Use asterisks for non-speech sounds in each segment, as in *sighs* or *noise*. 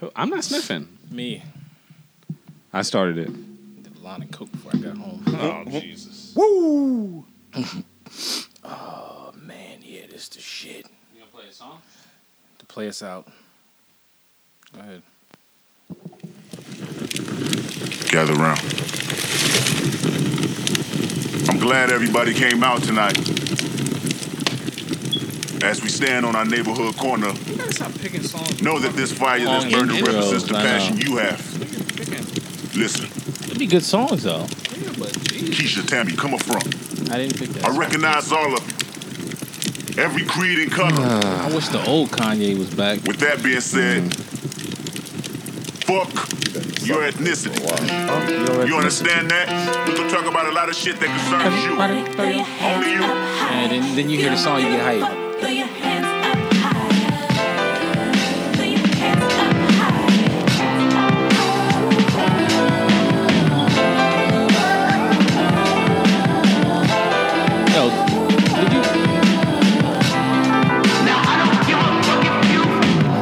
Who- I'm not sniffing. Me. I started it. Did a line of coke before I got home. Oh Jesus! Woo! *laughs* Oh man, yeah, this the shit. You gonna play a song? To play us out. Go ahead. Gather round. I'm glad everybody came out tonight. As we stand on our neighborhood corner, You gotta stop picking songs. know that this fire that's Long burning intros, represents the I know. passion you have. Listen, It'd be good songs though. Keisha, Tammy, come up front. I didn't pick that. I song. recognize all of you. Every creed and color. I wish the old Kanye was back. With that being said, fuck your ethnicity. You understand that? We're gonna talk about a lot of shit that concerns you. Only you. And then, then you hear the song, you get hyped. Yo, did you? Now I don't give a fuck if you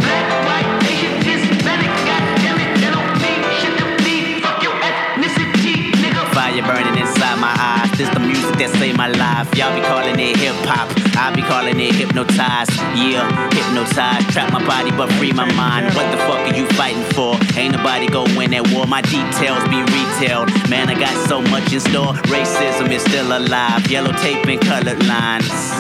black, white, Asian, Hispanic, goddammit, that don't mean shit to me. Fuck your ethnicity, nigga. Fire burning inside my eyes. This the music that saved my life. Y'all be calling it hip hop. I be calling it hypnotized. Yeah, hypnotized. Trap my body but free my mind. What the fuck are you fighting for? Ain't nobody gonna win that war. My details be retailed. Man, I got so much in store. Racism is still alive. Yellow tape and colored lines.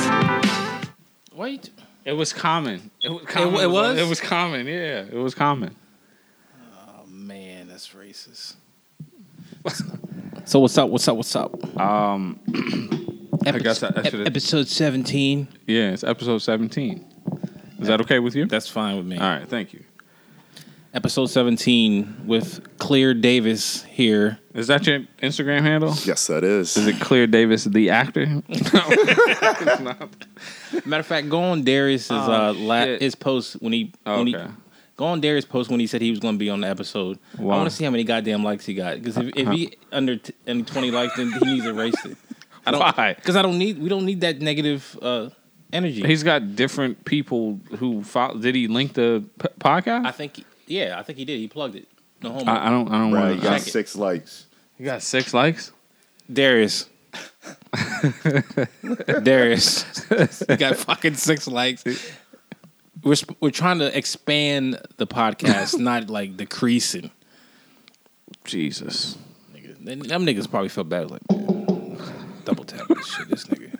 Wait. It was common. It was common. it was? It was common. Yeah, it was common. oh, Man, that's racist. so what's up? What's up? What's up? Um, *clears throat* I guess I, I Ep- should. episode seventeen. Yeah, it's episode 17. Is that okay with you? That's fine with me. All right. Thank you. Episode seventeen with Clear Davis here. Is that your Instagram handle? Yes, that is. Is it Clear Davis, the actor? Matter of fact, go on Darius's uh, la- shit. his post when he when he Okay. go on Darius' post when he said he was going to be on the episode. Wow. I want to see how many goddamn likes he got because if, if he under t- under twenty likes, then he needs to erase it. I don't *laughs* Why? because I don't need we don't need that negative uh, energy. He's got different people who follow. Did he link the p- podcast? I think yeah, I think he did. He plugged it. No homo. I, I don't. I don't Right, want you to. got six likes. You got six likes. Darius. Darius. You got fucking six likes. We're, sp- we're trying to expand the *laughs* podcast, not like decreasing. Jesus. Nigga, them them niggas probably feel bad. Like, "Man, double tap this shit, this nigga.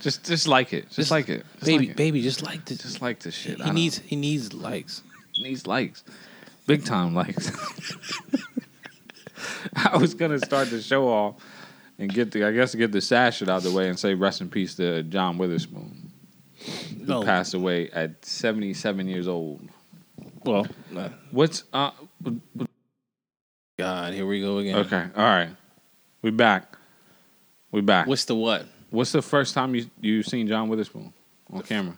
Just, just like it. Just, Just- like it. Just baby, like it. baby, just like this. Just like this shit. he I don't- needs, he needs likes. needs likes, big time likes. *laughs* I was gonna start the show off and get the, I guess, get the sash shit out of the way and say rest in peace to John Witherspoon, No, passed away at seventy-seven years old. well, What's uh? God, here we go again. Okay, all right, we back. We back. What's, What's the what? what's the first time you you seen John Witherspoon on camera?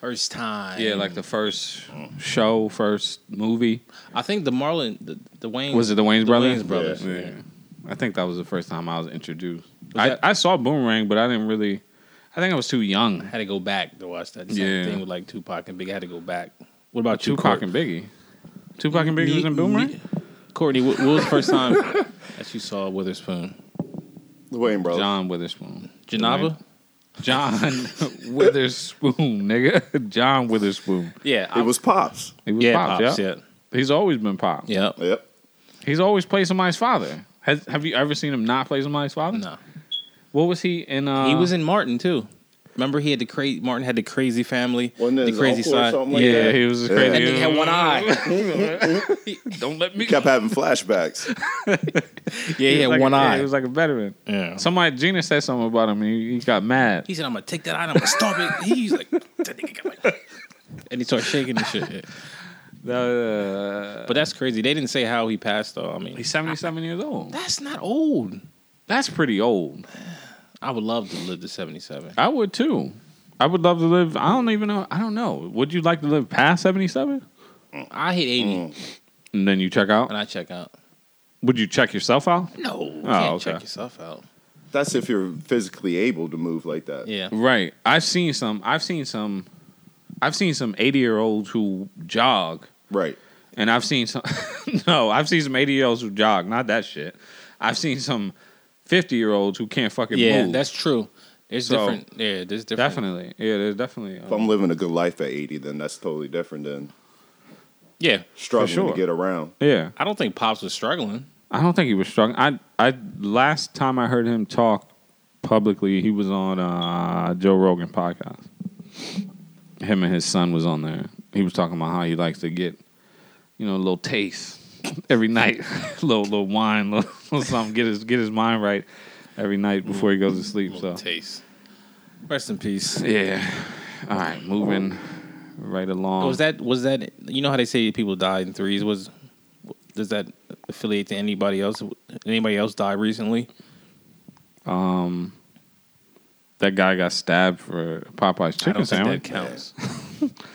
First time. Yeah, like the first show, first movie. I think the Marlon, the, the Wayne Was it the Wayne's Brothers? Wayans Brothers, Yeah. yeah. I think that was the first time I was introduced. Was I, that- I saw Boomerang, but I didn't really. I think I was too young. had to go back to watch that. Same Yeah. thing with like Tupac and Big. I had to go back. What about you, Tupac Court- and Biggie. Tupac and Biggie was in Me- Boomerang. me- Courtney, what, what was the first *laughs* time that you saw Witherspoon? The Wayne Brothers. John Witherspoon. Janava? John *laughs* Witherspoon, nigga. John Witherspoon. Yeah, I, It was Pops. He was yeah, Pop, pops, yeah, yeah. He's always been Pop. yeah, Yep. He's always played somebody's father. Has, have you ever seen him not play somebody's father? No, What was he in? Uh, he was in Martin too. Remember, he had the crazy Martin had the crazy family, Wasn't it the his crazy uncle or side. something like Yeah, that? he was Yeah. crazy. That nigga had one eye. *laughs* Don't let me. Kept having flashbacks. Yeah, he was had like one a- yeah, eye. Mm-hmm. He was like a veteran. Yeah. Somebody Gina said something about him. And he, he got mad. He said, "I'm gonna take that eye. and I'm gonna stop it." He's like, *laughs* "That nigga got my-" *laughs* and he started shaking and shit. *laughs* Yeah. Uh, But that's crazy. They didn't say how he passed though. I mean, he's seventy-seven years old. that's not old. That's pretty old. I would love to live to 77. I would too. I would love to live. I don't even know. I don't know. Would you like to live past seventy-seven? I hit 80 Mm. And then you check out. and I check out. Would you check yourself out? No, you Oh, can't okay. check yourself out. That's if you're physically able to move like that. Yeah. Right. I've seen some. I've seen some. I've seen some eighty-year-olds who jog Right. And I've seen some. *laughs* no, I've seen some eighty year olds who jog. Not that shit. I've seen some fifty year olds who can't fucking Yeah, move. that's true. There's So, different. Yeah, there's different. definitely. Yeah, there's definitely. If I'm living a good life at 80, then that's totally different than Yeah, struggling sure. to get around. yeah, I don't think pops was struggling. I don't think he was struggling. I I last time I heard him talk publicly, he was on uh, Joe Rogan podcast. Him and his son was on there. He was talking about how he likes to get, you know, a little taste every night, *laughs* little little wine, *laughs* little, little something, get his get his mind right every night before he goes to sleep. So Taste. Rest in peace. yeah, all right, moving right along. Was Oh, that was that you know how they say people die in threes? Was does that affiliate to anybody else? Anybody else die recently? that guy got stabbed for Popeye's I chicken don't think that sandwich? counts. *laughs*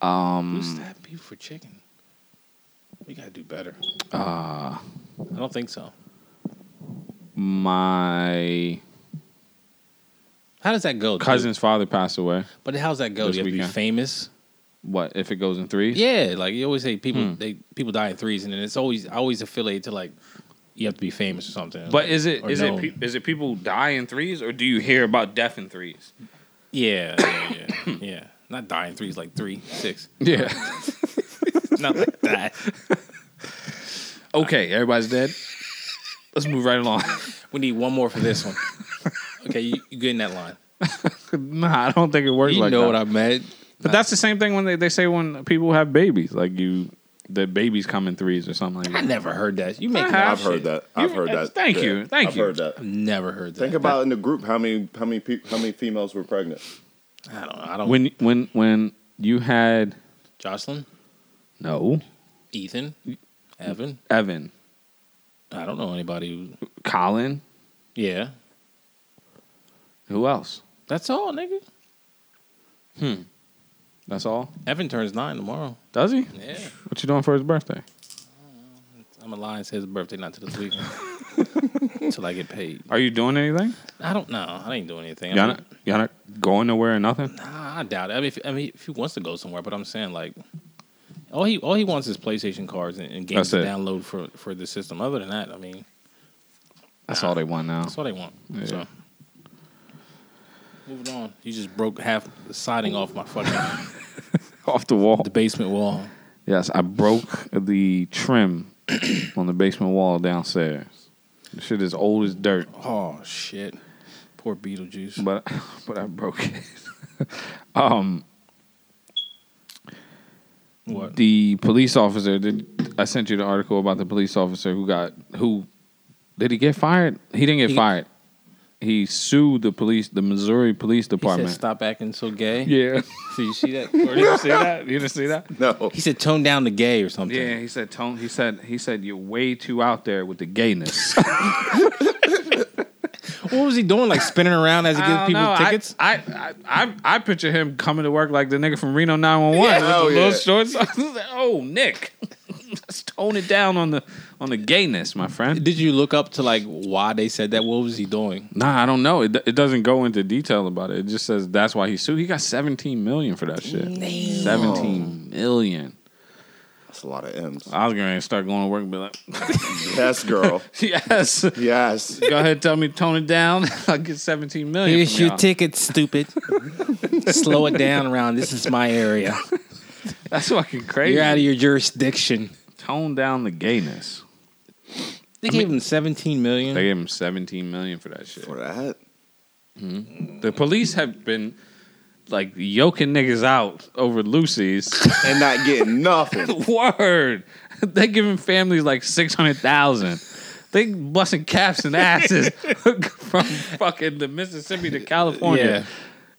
Um, Who stabbed people for chicken? We gotta do better. Uh, I don't think so. My How does that go? dude? cousin's father passed away. But how's that go? Do This you have to be weekend. famous? What if it goes in threes? Yeah, like you always say, people Hmm. they people die in threes, and then it's always I always affiliate to like you have to be famous or something. But is it Or is no. it pe- is it people who die in threes or do you hear about death in threes? yeah, yeah, yeah, yeah. *coughs* Not die in threes, like three, six, *laughs* Yeah. not like that. *laughs* okay, everybody's dead. Let's move right along. We need one more for this one. Okay, you, you get in that line. *laughs* nah, I don't think it works You like know that. what I meant. but that's the same thing when they, they say when people have babies, like you, the babies come in threes or something I like that. never heard that. You make I me have. I've heard that. I've heard eh, that. Thank Yeah, you. Thank I've you. heard that. never heard that. Think about in the group how many how many peop how many females were pregnant. I don't. know. I don't. When when when you had Jocelyn, no Ethan, Evan. Evan, I don't know anybody. Who, Colin, yeah, who else? that's all, nigga. That's all. Evan turns nine tomorrow. Does he? Yeah. What you doing for his birthday? I'm a lion. Say his birthday not till this weekend. Until I get paid. Are you doing anything? I don't know. I ain't doing anything. Y'all I, not, y'all not going nowhere or nothing? I doubt it. I mean, if, I mean, if he wants to go somewhere, but I'm saying like, all he all he wants is PlayStation cards and, and games to That's it. download for for the system. Other than that, I mean, That's all they want now. that's all they want. Yeah. So. Moving on, you just broke half the siding off my fucking *laughs* Off the wall. the basement wall. Yes, I broke the trim *clears throat* on the basement wall downstairs. The shit is old as dirt, Oh shit! Poor Beetlejuice. but *laughs* but I broke it. what? The police officer did. I sent you the article about the police officer who got who did he get fired? He didn't get He- fired. He sued the police, the Missouri Police he said, Department. "Stop acting so gay." yeah, *laughs* So you see that? you didn't see that? You didn't see that? No. He said, "Tone down the gay" or something. Yeah, he said tone. He said he said you're way too out there with the *laughs* gayness. What was he doing? Like spinning around as he gives I don't people know. I- tickets? I, I, I, I picture him coming to work like the nigga from Reno 911 with Oh, the little yeah. shorts. *laughs* I was like, oh, Nick, *laughs* let's tone it down on the on the gayness, my friend. Did you look up to like why they said that? What was he doing? Nah, I don't know. It, it doesn't go into detail about it. It just says that's why he sued. He got 17 million for that shit. 17 million. That's a lot of M's. I was going to start going to work and be like, *laughs* Yes, girl. yes. Yes. Go ahead, tell me to tone it down. *laughs* I'll get 17 million. from y'all. ticket, stupid. *laughs* Slow it down around. This is my area. That's fucking crazy. of your jurisdiction. Tone down the gayness. They gave him 17 million. They gave him 17 million for that shit. For that. The police have been like yoking niggas out over *laughs* Lucy's And not getting nothing. word. They giving families like six hundred thousand. They busting caps and *laughs* asses from fucking the Mississippi to California, Yeah.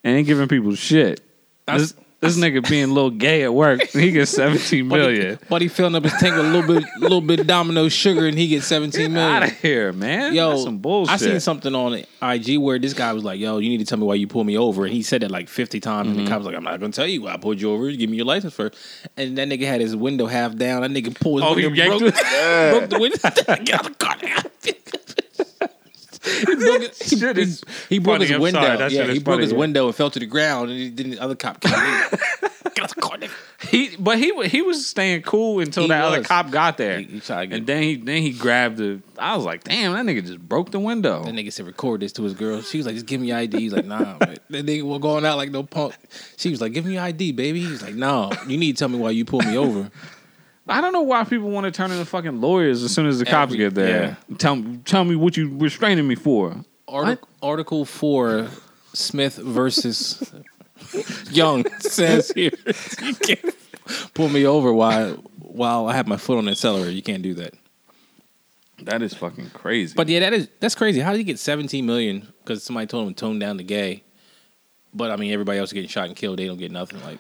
and ain't giving people shit. This, this nigga being a little gay at work, *laughs* he gets seventeen million. But he filling up his tank with a little bit, little bit of Domino sugar, and he gets 17 Out million. of here, man! Yo, That's some bullshit. I seen something on IG where this guy was like, "Yo, you need to tell me why you pulled me over," and he said that like 50 times, and Mm-hmm. the cop was like, "I'm not gonna tell you why I pulled you over. You give me your license first. And that nigga had his window half down. That nigga pulled. His Oh, he window, yanked broke- it? Yeah. broke the window. *laughs* Get out of the car. *laughs* He broke it- he- Shit he- is he broke funny. his I'm window. sorry. That yeah, shit he is broke funny, his yeah. *laughs* window and fell to the ground, and he, then the other cop came. in. Get out the car, nigga. He, but he wa- he was staying cool until He that other was. cop got there, He- he tried to get- and then he then he grabbed the. I was like, damn, that nigga just broke the window. That nigga said, record this to his girl. She was like, just give me your ID. He's like, nah. But that nigga was going out like no punk. She was like, give me your ID, baby. He's like, no, you need to tell me why you pulled me over. I don't know why people want to turn into fucking lawyers as soon as the cops Every- get there. Tell tell me what you restraining me for. Artic- Article 4, Smith versus Young says here, you can't pull me over while, while I have my foot on the accelerator. You can't do that. *laughs* That is fucking crazy. But yeah, that is that's crazy. How did he get 17 million? Because somebody told him to tone down the gay. But I mean, everybody else getting shot and killed. They don't get nothing. Like,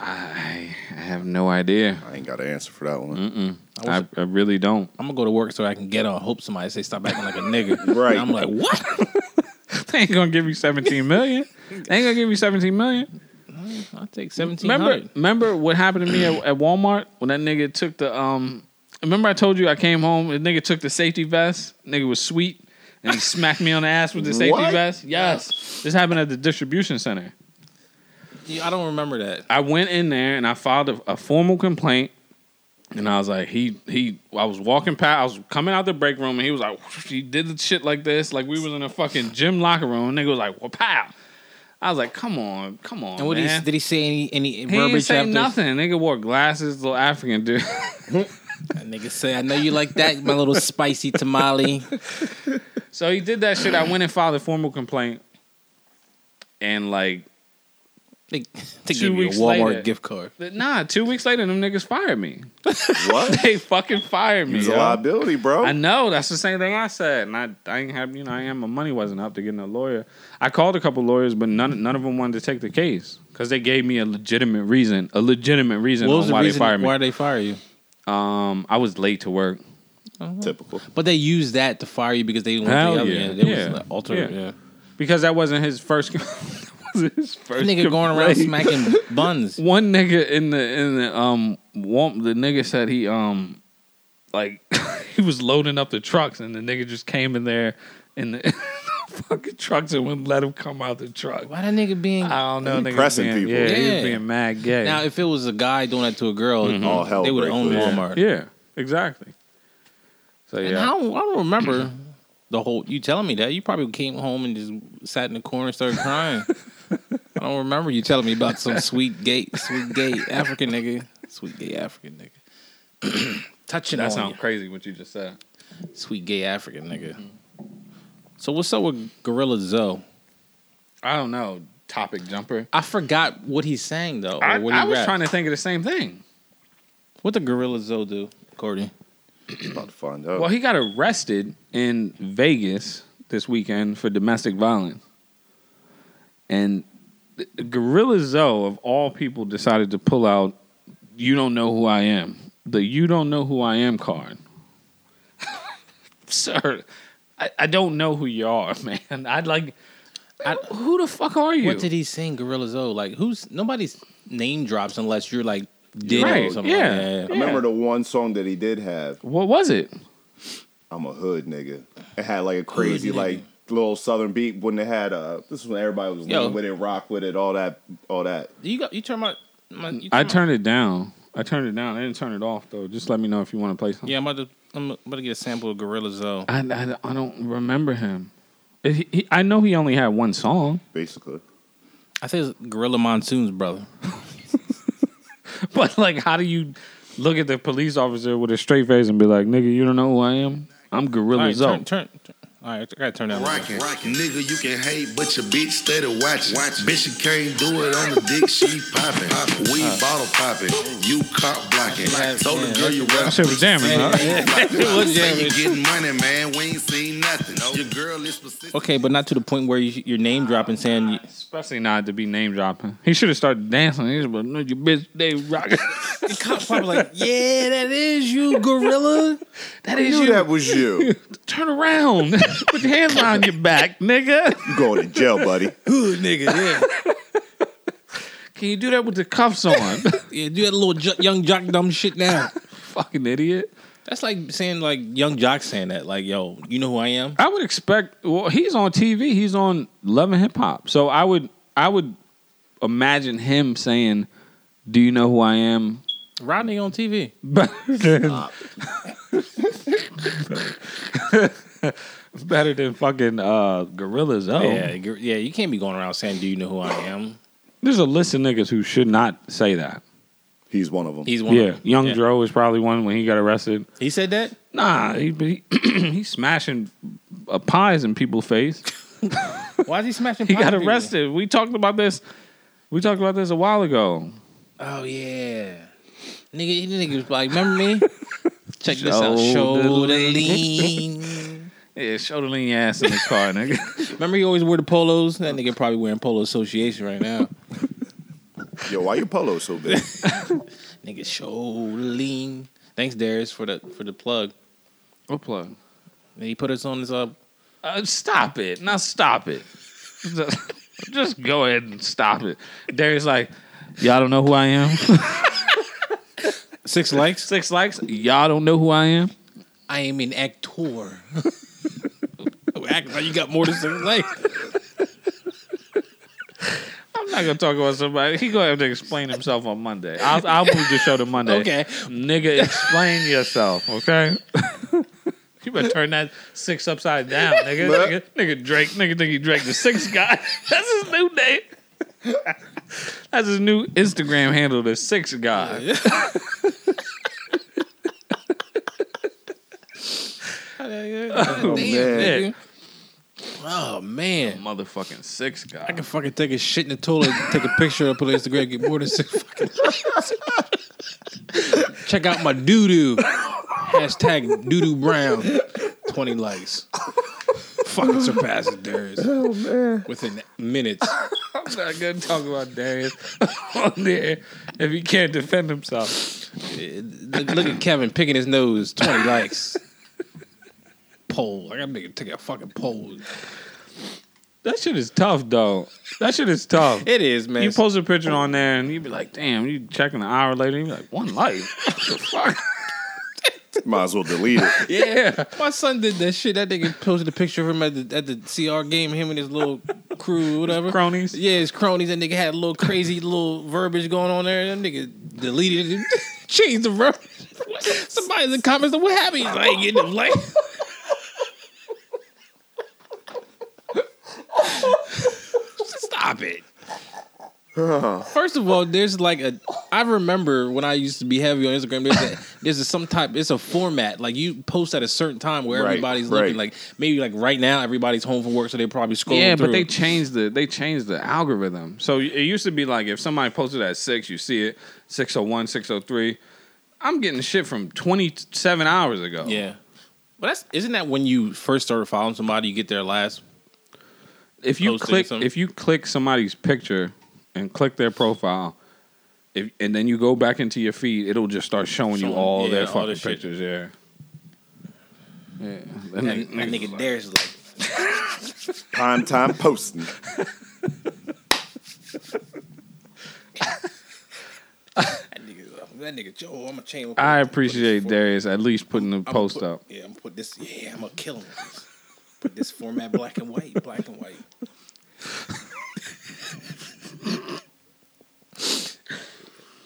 I, I have no idea. I ain't got an answer for that one. I, I really don't. *laughs* I'm gonna go to work so I can get on. Hope somebody say stop acting like a nigga. Right. And I'm like, what? They ain't gonna give you *laughs* seventeen million. they ain't gonna give you seventeen million. I take 17. Remember, remember what happened to me at, at Walmart when that nigga took the um. Remember I told you I came home. The nigga took the safety vest. Nigga was sweet and he smacked me on the ass with the safety What? vest. Yes, this happened at the distribution center. I don't remember that. I went in there and I filed a, a formal complaint. And I was like, he he. I was walking past. I was coming out the break room, and he was like, he did the shit like this, like we was in a fucking gym locker room. And nigga was like, well, pow. I was like, come on, come on. And what did man. he, did he say? Any any He didn't verbiage say after? nothing. Nigga wore glasses, little African dude. *laughs* That nigga say, I know you like that, my little spicy tamale. so he did that shit. I went and filed a formal complaint, and like, They, they Two give you a weeks Walmart later. gift card. nah. Two weeks later, them niggas fired me. *laughs* *laughs* What? They fucking fired me. It's yo. a liability, bro. I know that's the same thing I said, and I, I ain't have you know I ain't my money wasn't up to getting a lawyer. I called a couple lawyers, but none none of them wanted to take the case because they gave me a legitimate reason, a legitimate reason What was on the why reason they fired me. why they fire you? Um, I was late to work. Typical. But they used that to fire you because they didn't want Hell the other. yeah. Yeah. It Yeah. was like alternate. Yeah. *laughs* Yeah. because that wasn't his first. *laughs* that wasn't his That first nigga going around complaint. smacking *laughs* buns. One nigga in the in the um one, the nigga said he um like *laughs* he was loading up the trucks and the nigga just came in there in the, *laughs* fucking trucks and wouldn't let him come out the truck. Why that nigga being? I don't know. He nigga pressing being, people. Yeah, he was Yeah. being mad gay. Now, if it was a guy doing that to a girl, All hell they would breaks own loose. Walmart. Mm-hmm. yeah, exactly. So And yeah, I, don't, I don't *clears throat* remember the whole. You telling me that you probably came home and just sat in the corner and started crying. *laughs* I don't remember you telling me about some sweet gay, sweet gay African nigga, sweet gay African nigga, *clears throat* touching that on sounds you. crazy what you just said. sweet gay African nigga. Mm-hmm. So what's up with Gorilla Zoe? I don't know. Topic jumper. I forgot what he sang though. Or I, what he I was rapped. trying to think of the same thing. What the Gorilla Zoe do, Courtney? About to find out. Well, he got arrested in Vegas this weekend for domestic violence. And Gorilla Zoe, of all people, decided to pull out You Don't Know Who I Am. The You Don't Know Who I Am card. *laughs* Sir, I, I don't know who you are, *laughs* man. I'd like. I, who the fuck are you? What did he sing, Gorilla Zoe? Like who's nobody's name drops unless you're like Diddy Right, or something. yeah. Like that. I remember the one song that he did have. what was it? I'm a hood nigga. It had like a crazy like little southern beat when they had uh this was when everybody was Yo. leaning with it, rock with it, all that all that. You got you turn my. my you I turn my- turned it down. I turned it down. I didn't turn it off, though. Just let me know if you want to play something. Yeah, I'm about to. I'm about to get a sample of Gorilla Zoe. I, I, I don't remember him. He, he, I know he only had one song, *laughs* Basically. I think it's Gorilla Monsoon's brother. but like, how do you look at the police officer with a straight face and be like, "Nigga, you don't know who I am? I'm All Gorilla right, Zoe." turn, turn, turn. All right, I gotta turn that. one. Rockin', rockin'. Nigga, you can hate, but your bitch steady watching. Watch. Bitch, you can't do it on the dick, she poppin'. We bottle poppin', you cop blocking. Yes, Told the man. girl you rap. That shit was jamming. huh? *laughs* It was jamming. You getting money, man. We ain't seen nothing. Your girl is persistent. Okay, but not to the point where you, your name dropping saying. You, Especially not to be name dropping. He should have started dancing. He was like, "No, you bitch, they rockin'." the cops probably like, yeah, that is you, Gorilla. *laughs* that I is knew you. that *laughs* was you. Turn around. *laughs* Put your hands behind your back, nigga. you going to jail, buddy. Good nigga, *laughs* yeah. Can you do that with the cuffs on? *laughs* Yeah, do that little jo- young jock dumb shit now. Fucking idiot. That's like saying like young jock saying that like yo, you know who I am. I would expect. Well, he's on TV. He's on Love and Hip Hop. So I would. I would. imagine him saying, "Do you know who I am?" Rodney on TV. Better than, better than fucking uh, gorillas. Oh, Yeah, gr- yeah. You can't be going around saying, "Do you know who I am?" there's a list of niggas who should not say that. He's one of them. He's one. of Yeah, them. Young Dro is probably one when he got arrested. He said that. Nah, he, he *clears throat* he's smashing uh, pies in people's face. Why is he smashing? *laughs* He got property? arrested. We talked about this. We talked about this a while ago. Oh yeah, nigga. He nigga was like, remember me? Check this out. Shoulder Shoulder lean. lean. Yeah, shoulder lean your ass in the car, nigga. *laughs* Remember, he always wore the polos. That nigga probably wearing Polo Association right now. *laughs* Yo, why your polo so big? nigga, shoulder lean. Thanks, Darius, for the for the plug. what plug? He put us on this uh, Uh, stop it. Now stop it. Just- Just go ahead and stop it. Darius like, y'all don't know who I am. *laughs* six likes. Six likes. Y'all don't know who I am. I am an actor. *laughs* Act like you got more than six likes. I'm not gonna talk about somebody. He gonna have to explain himself on Monday. I'll, I'll move the show to Monday. Okay. nigga, explain yourself. Okay. *laughs* You better turn that six upside down, nigga. nigga, nigga Drake, nigga think he Drake the six guy. *laughs* That's his new name. That's his new Instagram handle, the six guy. oh, man. oh man. Motherfucking six I guy. can fucking take a shit in the toilet, take a picture, up on Instagram, get more than six *laughs* fucking likes. Check out my doo doo. Hashtag doo doo brown. 20 likes. fucking surpasses theirs. Oh, man. Within minutes. I'm not gonna talk about Darius *laughs* on there if he can't defend himself. Look, look at Kevin picking his nose. 20 likes. Poll. I gotta make take a fucking poll. That shit is tough, though. That shit is tough. It is, man. You post a picture on there and you'd be like, damn, you checking an hour later, and you're like, one like. *laughs* What the fuck? Might as well delete *laughs* it. Yeah. My son did that shit. That nigga posted a picture of him at the at the CR game, him and his little crew, whatever. Cronies. Yeah, his cronies. That nigga had a little *laughs* crazy little verbiage going on there. That nigga deleted it, *laughs* changed the verb. Somebody in the comments said, "What happened?" He's like, "I ain't getting them like." *laughs* Stop it. First of all, there's like a. I remember when I used to be heavy on Instagram. There's a, there's a some type. It's a format. Like you post at a certain time where Right, everybody's right. looking. Like maybe like right now, everybody's home from work, so they probably scroll. Yeah, but through. they changed the they changed the algorithm. So it used to be like if somebody posted at six, you see it, 601, 603. I'm getting shit from twenty seven hours ago. Yeah. But that's isn't that when you first started following somebody, you get their last If you Posting click something. if you click somebody's picture and click their profile, if and then you go back into your feed, it'll just start showing Showing- you all yeah, their all fucking this shit. pictures, yeah. Yeah. That that, nigga- nigga Darius is like Prime time posting. that nigga that nigga Joe, I'm gonna chain him. I appreciate Darius at least putting the post up. *laughs* Yeah, I'm gonna put this yeah, I'm gonna kill him. Put this format black and white, black and white.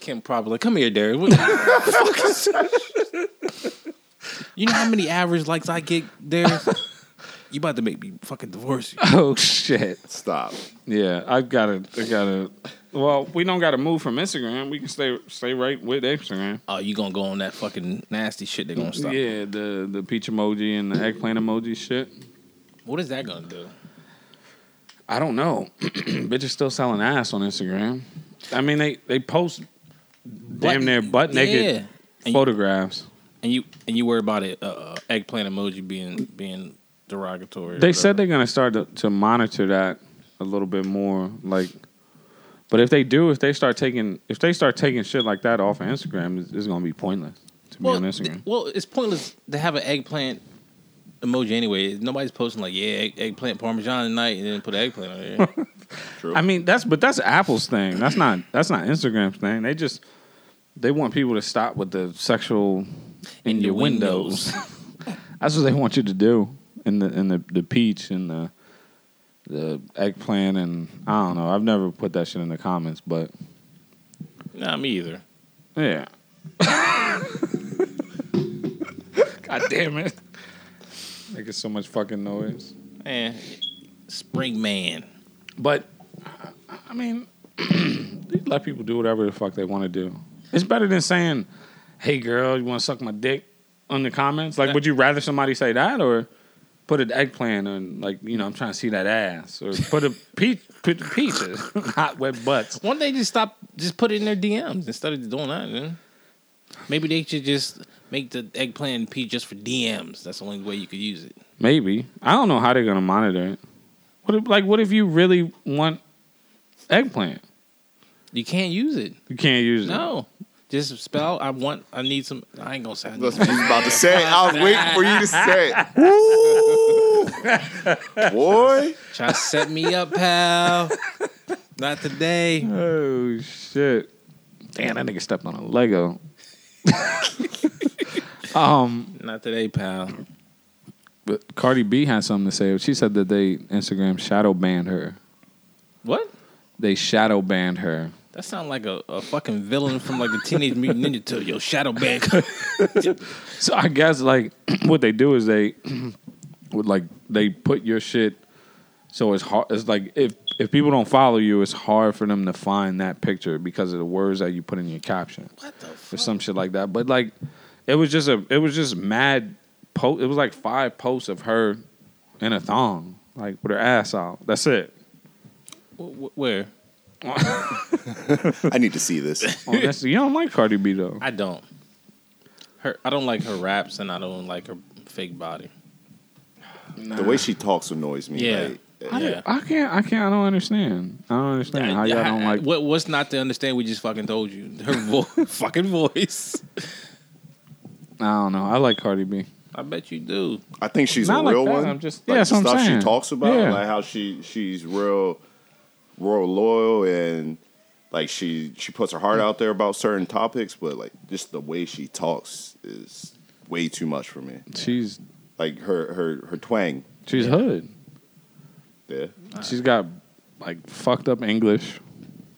Kim probably like, come here, Darius. What the fuck is You know how many average likes I get, Darius? You about to make me fucking divorce you. Oh shit! Stop. Yeah, I gotta, I gotta. Well, we don't gotta move from Instagram. We can stay, stay right with Instagram. Oh, you gonna go on that fucking nasty shit? They gonna stop. Yeah, the the peach emoji and the eggplant emoji shit. What is that gonna do? I don't know. *clears throat* Bitches still selling ass on Instagram. I mean, they they post damn near butt naked And you, photographs. and you and you worry about it. Uh, uh, eggplant emoji being being derogatory. or They said whatever. they're gonna start to, to monitor that a little bit more. Like, but if they do, if they start taking, if they start taking shit like that off of Instagram, it's, it's gonna be pointless to well, be on Instagram. th- well, it's pointless to have an eggplant emoji anyway. Nobody's posting like, yeah, egg, eggplant parmesan tonight, and then put eggplant on *laughs* there. I mean, that's but that's Apple's thing. That's not that's not Instagram's thing. They just they want people to stop with the sexual in, your *laughs* windows. that's what they want you to do. In the in the the peach and the the eggplant and I don't know. I've never put that shit in the comments, but Nah, me either. *laughs* yeah. God damn it. Making so much fucking noise. Eh. Spring man. But I- I mean, *clears throat* let people do whatever the fuck they want to do. It's better than saying, "Hey, girl, you want to suck my dick?" on the comments. Like, would you rather somebody say that or put an eggplant on? Like, you know, I'm trying to see that ass, or put a *laughs* peach, put the peaches, *laughs* hot wet butts. Why don't they just stop? Just put it in their DMs instead of doing that. Then maybe they should just make the eggplant and pea just for DMs. That's the only way you could use it. Maybe I don't know how they're gonna monitor it. What if, like, what if you really want eggplant? You can't use it. You can't use it. No, just spell. I want. I need some. I ain't gonna say. I need That's what you *laughs* was about to say. I was waiting for you to say *laughs* it. Ooh. *laughs* Boy. Try to set me up, pal. Not today. Oh shit! Damn, that nigga stepped on a Lego. um. Not today, pal. But Cardi B had something to say. She said that they Instagram shadow banned her. What? They shadow banned her. That sounds like a, a fucking villain from like the Teenage Mutant Ninja Turtle. Yo, Shadow Band. So I guess like *clears throat* what they do is they *clears throat* would like they put your shit so it's hard it's like if if people don't follow you, it's hard for them to find that picture because of the words that you put in your caption. what the or fuck? some shit like that. But like, it was just a, it was just mad post. It was like five posts of her in a thong, like with her ass out. That's *laughs* it. Wh- wh- Where? I need to see this. Oh, that's- you don't like Cardi B though. I don't. Her. I don't like her raps, and I don't like her fake body. The way she talks annoys me. Yeah. like, I, Yeah. don't- I can't. I can't. I don't understand. I don't understand how y'all don't like. what what's not to understand? We just fucking told you her vo- *laughs* fucking voice. I don't know. I like Cardi B. I bet you do. I think she's Not a like real that, one. I'm just- like yeah, that's the what I'm stuff saying. she talks about, Yeah. like how she she's real, real loyal and like she she puts her heart out there about certain topics, but like just the way she talks is way too much for me. She's Like her her her twang. she's hood. Yeah. She's got like fucked up English,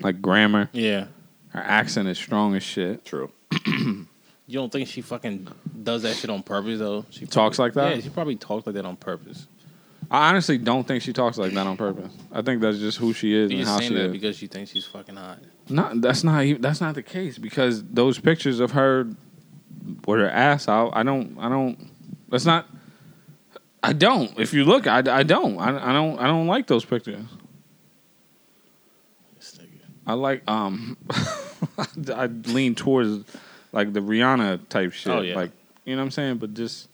like grammar. Yeah. Her accent is strong as shit. True. You don't think she fucking does that shit on purpose though? She Talks like that. Yeah, she probably talks like that on purpose. I honestly don't think she talks like that on purpose. I think that's just who she is You and just how saying she that is. because she thinks she's fucking hot. No, that's not even, that's not the case because those pictures of her with her ass out, I don't, I don't. That's not. I don't. If you look, I, I don't. I, I don't. I don't like those pictures. This nigga. I like um, *laughs* I lean towards like the Rihanna type shit. Oh, yeah. Like you know what I'm saying, but just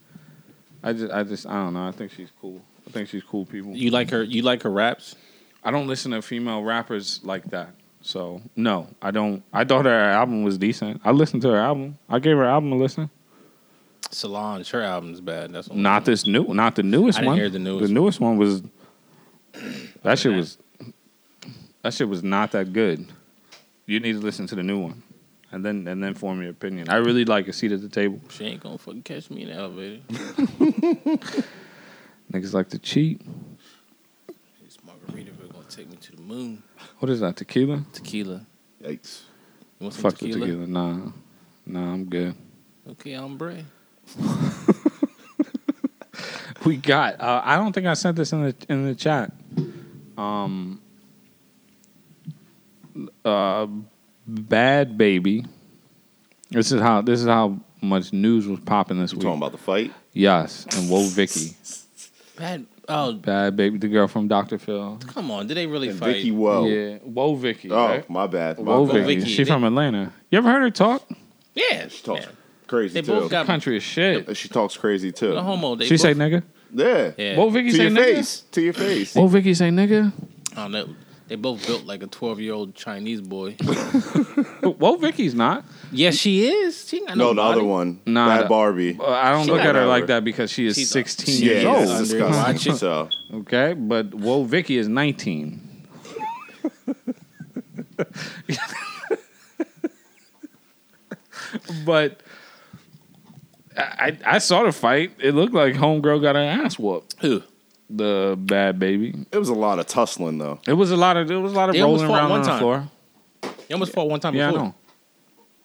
I just I just I don't know. I think she's cool. I think she's cool people. You like her? You like her raps? I don't listen to female rappers like that. So no, I don't. I thought her album was decent. I listened to her album. I gave her album a listen. Solange, her album's bad. That's what Not this new, not the newest I didn't one. hear the newest The newest one was that shit was that shit was not that good. You need to listen to the new one, and then and then form your opinion. I really like a seat at the table. She ain't gonna fucking catch me in the elevator. Niggas like to cheat. This margarita we're gonna take me to the moon. What is that? Tequila? Tequila. Yikes. You want some Fuck tequila? the tequila. Nah, nah, I'm good. Okay, hombre. we got. Uh, I don't think I sent this in the in the chat. Um, uh, bad baby. This is how this is how much news was popping this You week. talking about the fight? Yes, and whoa, Vicky, Bad. Oh, bad baby, the girl from Doctor Phil. come on. Did they really And fight? Vicky Woe. Yeah, whoa, Vicky. Oh, right? my bad. My Whoa, bad. Vicky. Vicky. She from Atlanta. You ever heard her talk? Yeah. She talks yeah. crazy They too. both got Country as shit. she talks crazy too. the homo. They She both, say nigga. Yeah. Yeah. Whoa, Vicky To say your nigga. face. To your face. Whoa, Vicky say *laughs* nigga. I don't know. Oh, They both built like a twelve year old Chinese boy. *laughs* Whoa, Vicky's not. yeah, she is. She ain't got No, the body. other one. Nah, the- Bad Barbie. Uh, I don't She look not at her over. like that because she is She's- 16 she years is. old. under it's disgusting. watching. So Okay, but Whoa Vicky is 19. but I, I I saw the fight. It looked like Homegirl got her ass whooped. Who? the bad baby. It was a lot of tussling though. It was a lot of it was a lot of They almost fought rolling around one on the time floor. You almost fought one time Yeah, I before. know.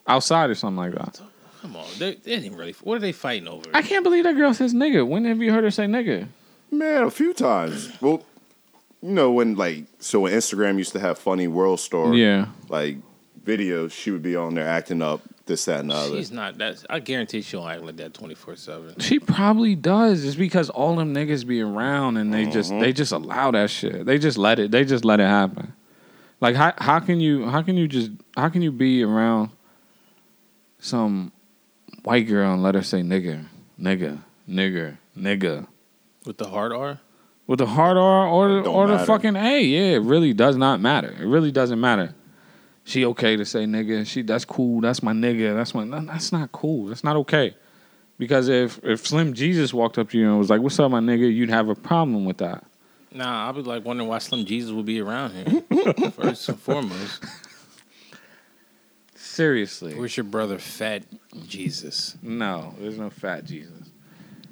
Outside or something like that. Come on, they, they didn't really. What are they fighting over? I can't believe that girl says nigga. When have you heard her say nigga? Man, a few times. Well, you know when like so when Instagram used to have funny world story, Yeah. like videos, she would be on there acting up this, that, and the other. She's not that. I guarantee she don't act like that twenty four seven. She probably does. It's because all them niggas be around and they just they just allow that shit. They just let it. They just let it happen. Like how how can you how can you just how can you be around some white girl and let her say nigger nigger nigger nigger With the hard R, with the hard R or the, Don't or the matter. fucking A? Yeah, it really does not matter. It really doesn't matter. She okay to say nigga. She that's cool. That's my nigga. That's my. no, That's not cool. That's not okay. Because if if Slim Jesus walked up to you and was like, "What's up, my nigga?" You'd have a problem with that. nah, I'll be like wondering why Slim Jesus would be around *laughs* here. First and foremost, Seriously. where's your brother, Fat Jesus? No, there's no fat Jesus.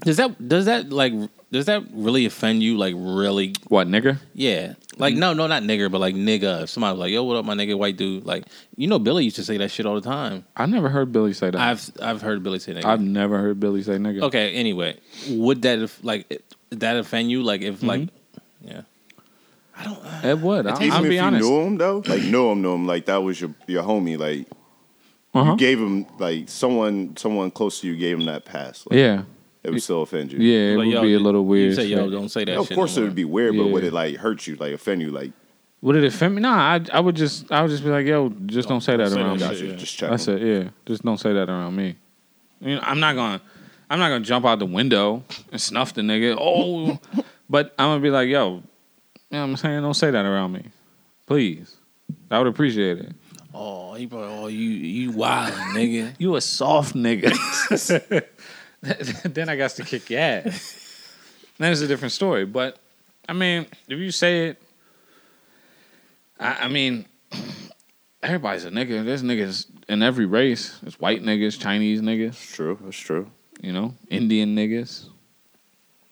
Does that does that like does that really offend you? Like really? What nigga? Yeah. Like no, no, not nigger, but like nigga. If somebody was like, "Yo, what up, my nigga, white dude?" Like you know, Billy used to say that shit all the time. I never heard Billy say that. I've, I've I've heard Billy say that. never heard Billy say nigga. Okay. Anyway, would that if, like it- that offend you? Like if like, yeah. I don't. It would. I, Even I'll if be you honest. knew him though, like knew him, knew him, like that was your your homie. Like Uh-huh. you gave him like someone someone close to you gave him that pass. Like, Yeah. it would still offend you. Yeah. It Like, would yo, be a you- little weird. You say, "Yo, shit. don't say that." Of shit course, no it would be weird, but would Yeah. it like hurt you, like offend you? Like, Would it offend me? Nah, I, I would just I would just be like, yo, just don't, say that say around that me. shit. gotcha, yeah. just check. That's it. Yeah, just don't say that around me. You know, I'm not gonna I'm not gonna jump out the window and snuff the nigga. Oh, *laughs* but I'm gonna be like, yo, you know what I'm saying, don't say that around me, please. I would appreciate it. Oh, he probably. Oh, you you wild nigga. You a soft nigga. *laughs* then I got to kick your ass. That is a different story. But I mean, if you say it, I, I mean, everybody's a nigga. There's niggas in every race. There's white niggas, Chinese niggas, That's true. That's true. you know, Indian niggas.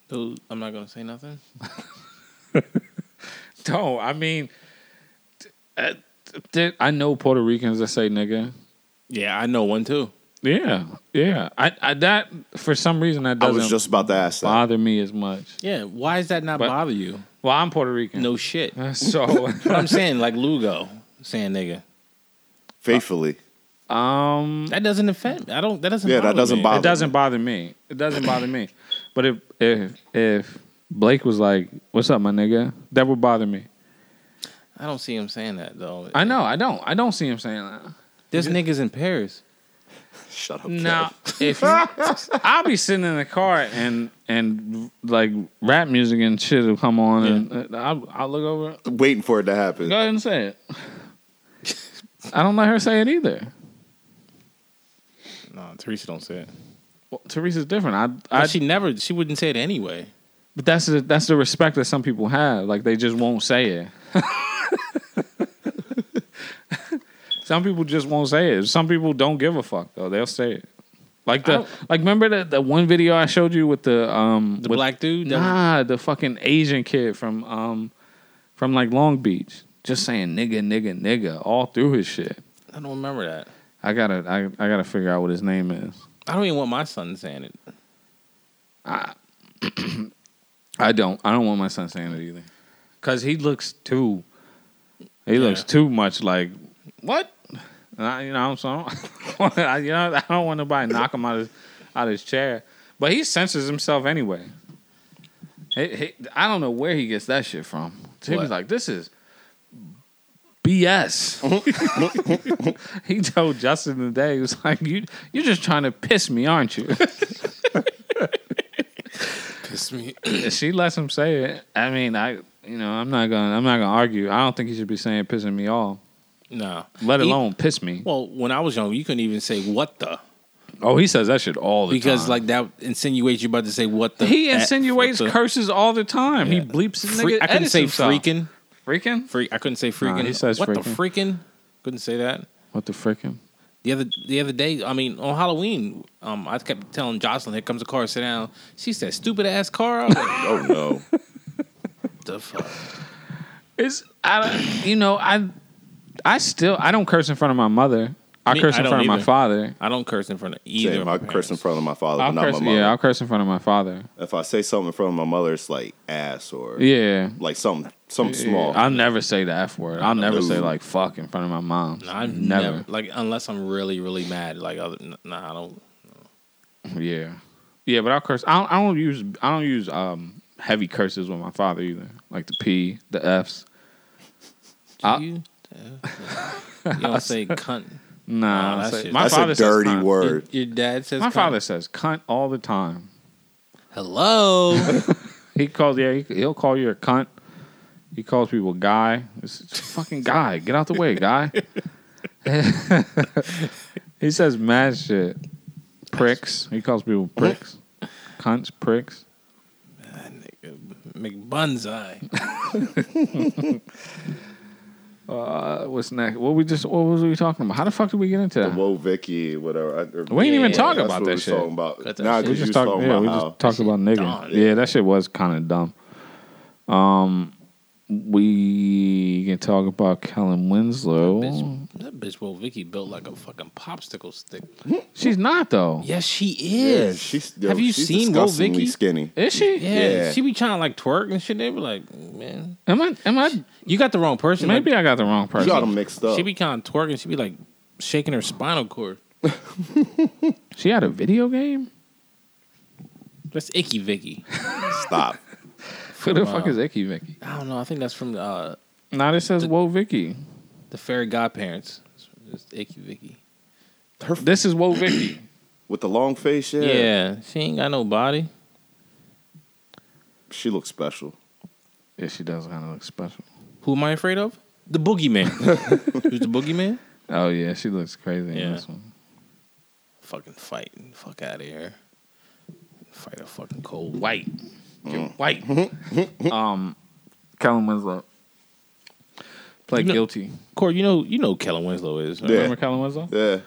Dude, I'm not gonna say nothing. No, I mean, t- uh, t- t- I know Puerto Ricans that say nigga. Yeah, I know one too. Yeah, yeah. I, I that for some reason that I doesn't was just about to ask that. bother me as much. Yeah, why does that not But- bother you? Well, I'm Puerto Rican. No shit. Uh, *laughs* So, But I'm saying like Lugo saying nigga. Faithfully, um, That doesn't offend. Me. I don't. That doesn't. Yeah, that doesn't me. bother- it doesn't bother me. It doesn't bother me. But if if if Blake was like, "What's up, my nigga?" that would bother me. I don't see him saying that though. I know. I don't. I don't see him saying that. There's niggas in Paris. shut up. No, Kev. if you, I'll be sitting in the car and and like rap music and shit will come on, and uh, I'll, I'll look over. waiting for it to happen. Go ahead and say it. I don't let her say it either. No, Teresa don't say it. Well, Teresa's different. I, I But she never. She wouldn't say it anyway. But that's the that's the respect that some people have. Like they just won't say it. *laughs* some people just won't say it. Some people don't give a fuck though. They'll say it. Like the like remember the, the one video I showed you with the um The with, black dude. that- nah the fucking Asian kid from um from like Long Beach just saying nigga nigga nigga all through his shit. I don't remember that. I gotta I, I gotta figure out what his name is. I don't even want my son saying it. I don't. I don't want my son saying it either. Cause he looks too. He Yeah. looks too much like what? And I, you know, so I don't, *laughs* I, you know, I don't want nobody knock him out of out of his chair. But he censors himself anyway. He- he- I don't know where he gets that shit from. He What? was like, "This is BS." *laughs* he told Justin today, he was like, "You you're just trying to piss me, aren't you?" Piss *clears throat* me. if she lets him say it, I mean, I you know, I'm not gonna I'm not gonna argue. I don't think he should be saying pissing me off, No. let He- alone piss me. Well, when I was young, you couldn't even say what the Oh, he says that shit all the because uh, time. like that insinuates you're about to say what the. he eh, insinuates what the- curses all the time. He Yeah. bleeps his Freak- nigga. I couldn't edits say himself. freaking. Freaking? Freak. I couldn't say freaking. he says what the freaking. freaking? Couldn't say that. What the freaking? The other the other day, I mean, on Halloween, um, I kept telling Jocelyn, "Here comes a car, sit down." She said, "Stupid ass car." I was like, Oh no. the fuck? It's I don't- you know I I still I don't curse in front of my mother. I Me- curse I in don't front of my either. father. I don't curse in front of either. Same, of I my curse in parents. front of my father, I'll but not curse, my mother. yeah, I'll curse in front of my father. if I say something in front of my mother, it's like ass or Yeah, like something something Yeah, small. I'll never say the f word. I'll never say Ooh. like fuck in front of my mom. No, I've never. never. like unless I'm really really mad. Like other n- nah, I don't. Yeah, yeah, but I'll curse. I don't, I don't use I don't use um heavy curses with my father either, like the p, the f's. Do I- *laughs* you? you don't say cunt. Nah, Nah, I that say- shit- my That's father a dirty says cunt. word. Your, your dad says My cunt. father says cunt all the time. Hello. *laughs* He calls yeah, he, he'll call you a cunt. He calls people guy. It's it's fucking guy. Get out the way, guy. *laughs* he says mad shit. Pricks. He calls people pricks. Cunts, pricks. McBunzai. Uh, what's next? What we just what was we talking about? How the fuck did we get into The that? Woe Vicky, whatever. I, or- We ain't even talk that's about what that we was shit. Talking about. Cut that Nah, shit. We because you just was talked talking yeah, about we how just talked about nigga. dumb. Yeah, that shit was kinda dumb. Um we can talk about Kellen Winslow. Bitch, Mm. that bitch, well, Vicky built like a fucking popsicle stick. She's not though. Yes, she yeah, is. she's, yo, Have you she's seen Woe disgustingly Vicky? Skinny. Is she? Yeah, Yeah. she be trying to like twerk and shit. They be like, man, Am I am I you got the wrong person. Maybe I got the wrong You person. got them mixed Like, up. she be kind of twerking. She be like shaking her spinal cord. She had a video game. That's icky, Vicky. Stop. Who the fuck is Icky Vicky? I don't know. I think that's from uh, Now this says Whoa Vicky. the fairy godparents. It's, it's icky, Vicky. This is *clears throat* Whoa Vicky. With the long face, yeah. Yeah. she ain't got no body. She looks special. yeah, she does kind of look special. Who am I afraid of? The *laughs* boogeyman. Who's the boogeyman? Oh yeah, she looks crazy in Yeah. this one. Fucking fight. Fuck out of here. Fight a fucking cold white. Mm. Get white. Mm-hmm. Kellen Winslow. Play You know- guilty. Corey, you know you know Kellen Winslow is. Right? Yeah. Remember Kellen Winslow? Yeah.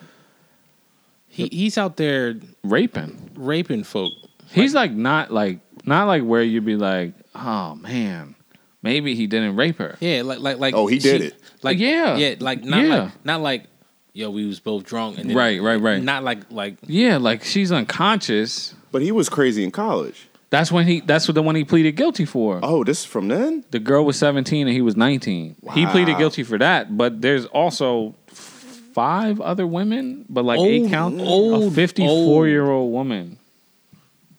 He he's out there Raping. raping folk. He's like not like not like where you'd be like, oh man, maybe he didn't rape her. Yeah, like like like. Oh, he did it. Like Yeah. yeah, like not Yeah. like not like. Yo, we was both drunk and then, Right, right, right. Not like like Yeah, like she's unconscious. But he was crazy in college. That's when he. That's what the one he pleaded guilty for. Oh, this is from then? The girl was 17 and he was 19. He pleaded Wow. guilty for that, but there's also f- five other women, but like eight Old- count a old- 54 old. year old woman.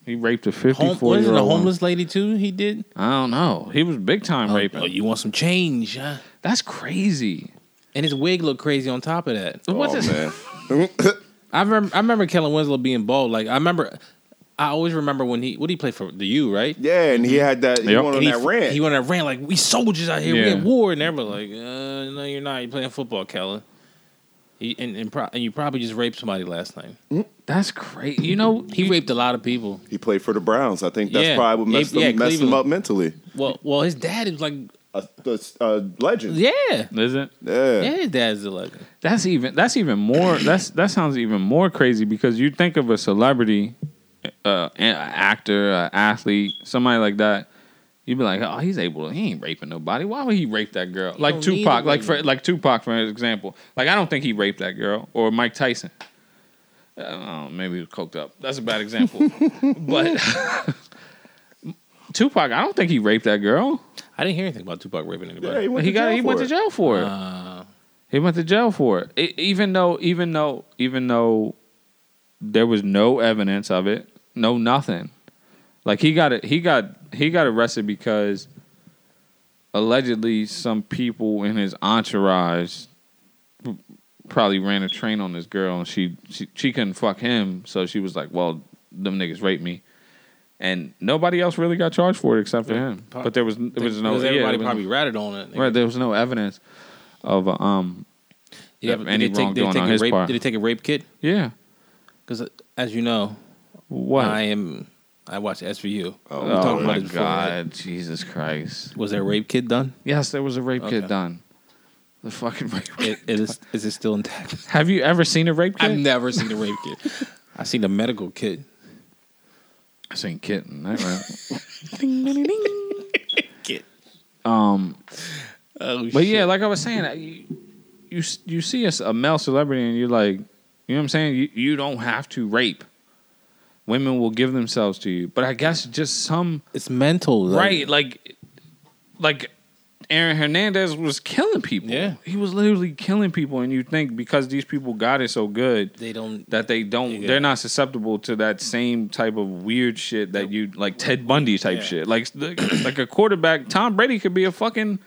He raped a home, 54 wasn't year a old homeless lady too? He did. I don't know. He was big time raping. Oh, you want some change? Huh? That's crazy. And his wig looked crazy on top of that. What's oh, this? man. *laughs* I remember I remember Kellen Winslow being bald. Like I remember I always remember when he what he played for the U, right? Yeah, and he had that. He Yep. went on Mm-hmm. And he, that rant. he went on that rant like we soldiers out here, we Yeah. at war, and everybody like, uh, no, you're not. You're playing football, Kellen. He, and and, pro- and you probably just raped somebody last night. That's crazy. You know, He raped a lot of people. he played for the Browns. I think that's Yeah. probably what messed, Yeah, him, messed him Cleveland. up mentally. Well, well, his dad is like, A, a, a legend. yeah, isn't Yeah. yeah, his dad's a legend. that's even that's even more that's that sounds even more crazy because you think of a celebrity, uh, an actor, an athlete, somebody like that. You'd be like, oh, he's able. to He ain't raping nobody. Why would he rape that girl? like don't need Tupac, to like rape for, like Tupac for example. Like I don't think he raped that girl or Mike Tyson. I don't know, maybe he was coked up. That's a bad *laughs* example. but *laughs* Tupac, I don't think he raped that girl. I didn't hear anything about Tupac raping Yeah, anybody. he went he to got jail he for went to it. jail for it. Uh, He went to jail for it. E- even though, even though, even though there was no evidence of it, no nothing. Like he got it. He got he got arrested because allegedly some people in his entourage probably ran a train on this girl and she she, she couldn't fuck him, so she was like, "Well, them niggas raped me." And nobody else really got charged for it except for him. But there was there was no because yeah, everybody there was no- probably ratted on it. right. There was no evidence of um Did Yeah, he- any did he take- did he wrongdoing take on a his rape, part. Did he take a rape kit? Yeah. Because uh, as you know, What? I am. I watch SVU. Oh, we oh talked about my it before. right? God, Jesus Christ! Was there a rape kit done? Yes, there was a rape kit Okay. done. The fucking rape. Kit. It, it *laughs* is. Is it still intact? *laughs* Have you ever seen a rape kit? I've never seen a rape kit. I seen a medical kit. I seen kitten. That right. Kit. Um, Oh, *laughs* but yeah, like I was saying, I- you you, s- you see a, s- a male celebrity and you're like, you know what I'm saying? You, you don't have to rape. Women will give themselves to you, but I guess just some it's mental, like- right, like like Aaron Hernandez was killing people. Yeah. he was literally killing people, and you think because these people got it so good, They don't. that they don't Yeah. they're not susceptible to that same type of weird shit that you like Ted Bundy type Yeah. shit like the, like a quarterback Tom Brady could be a fucking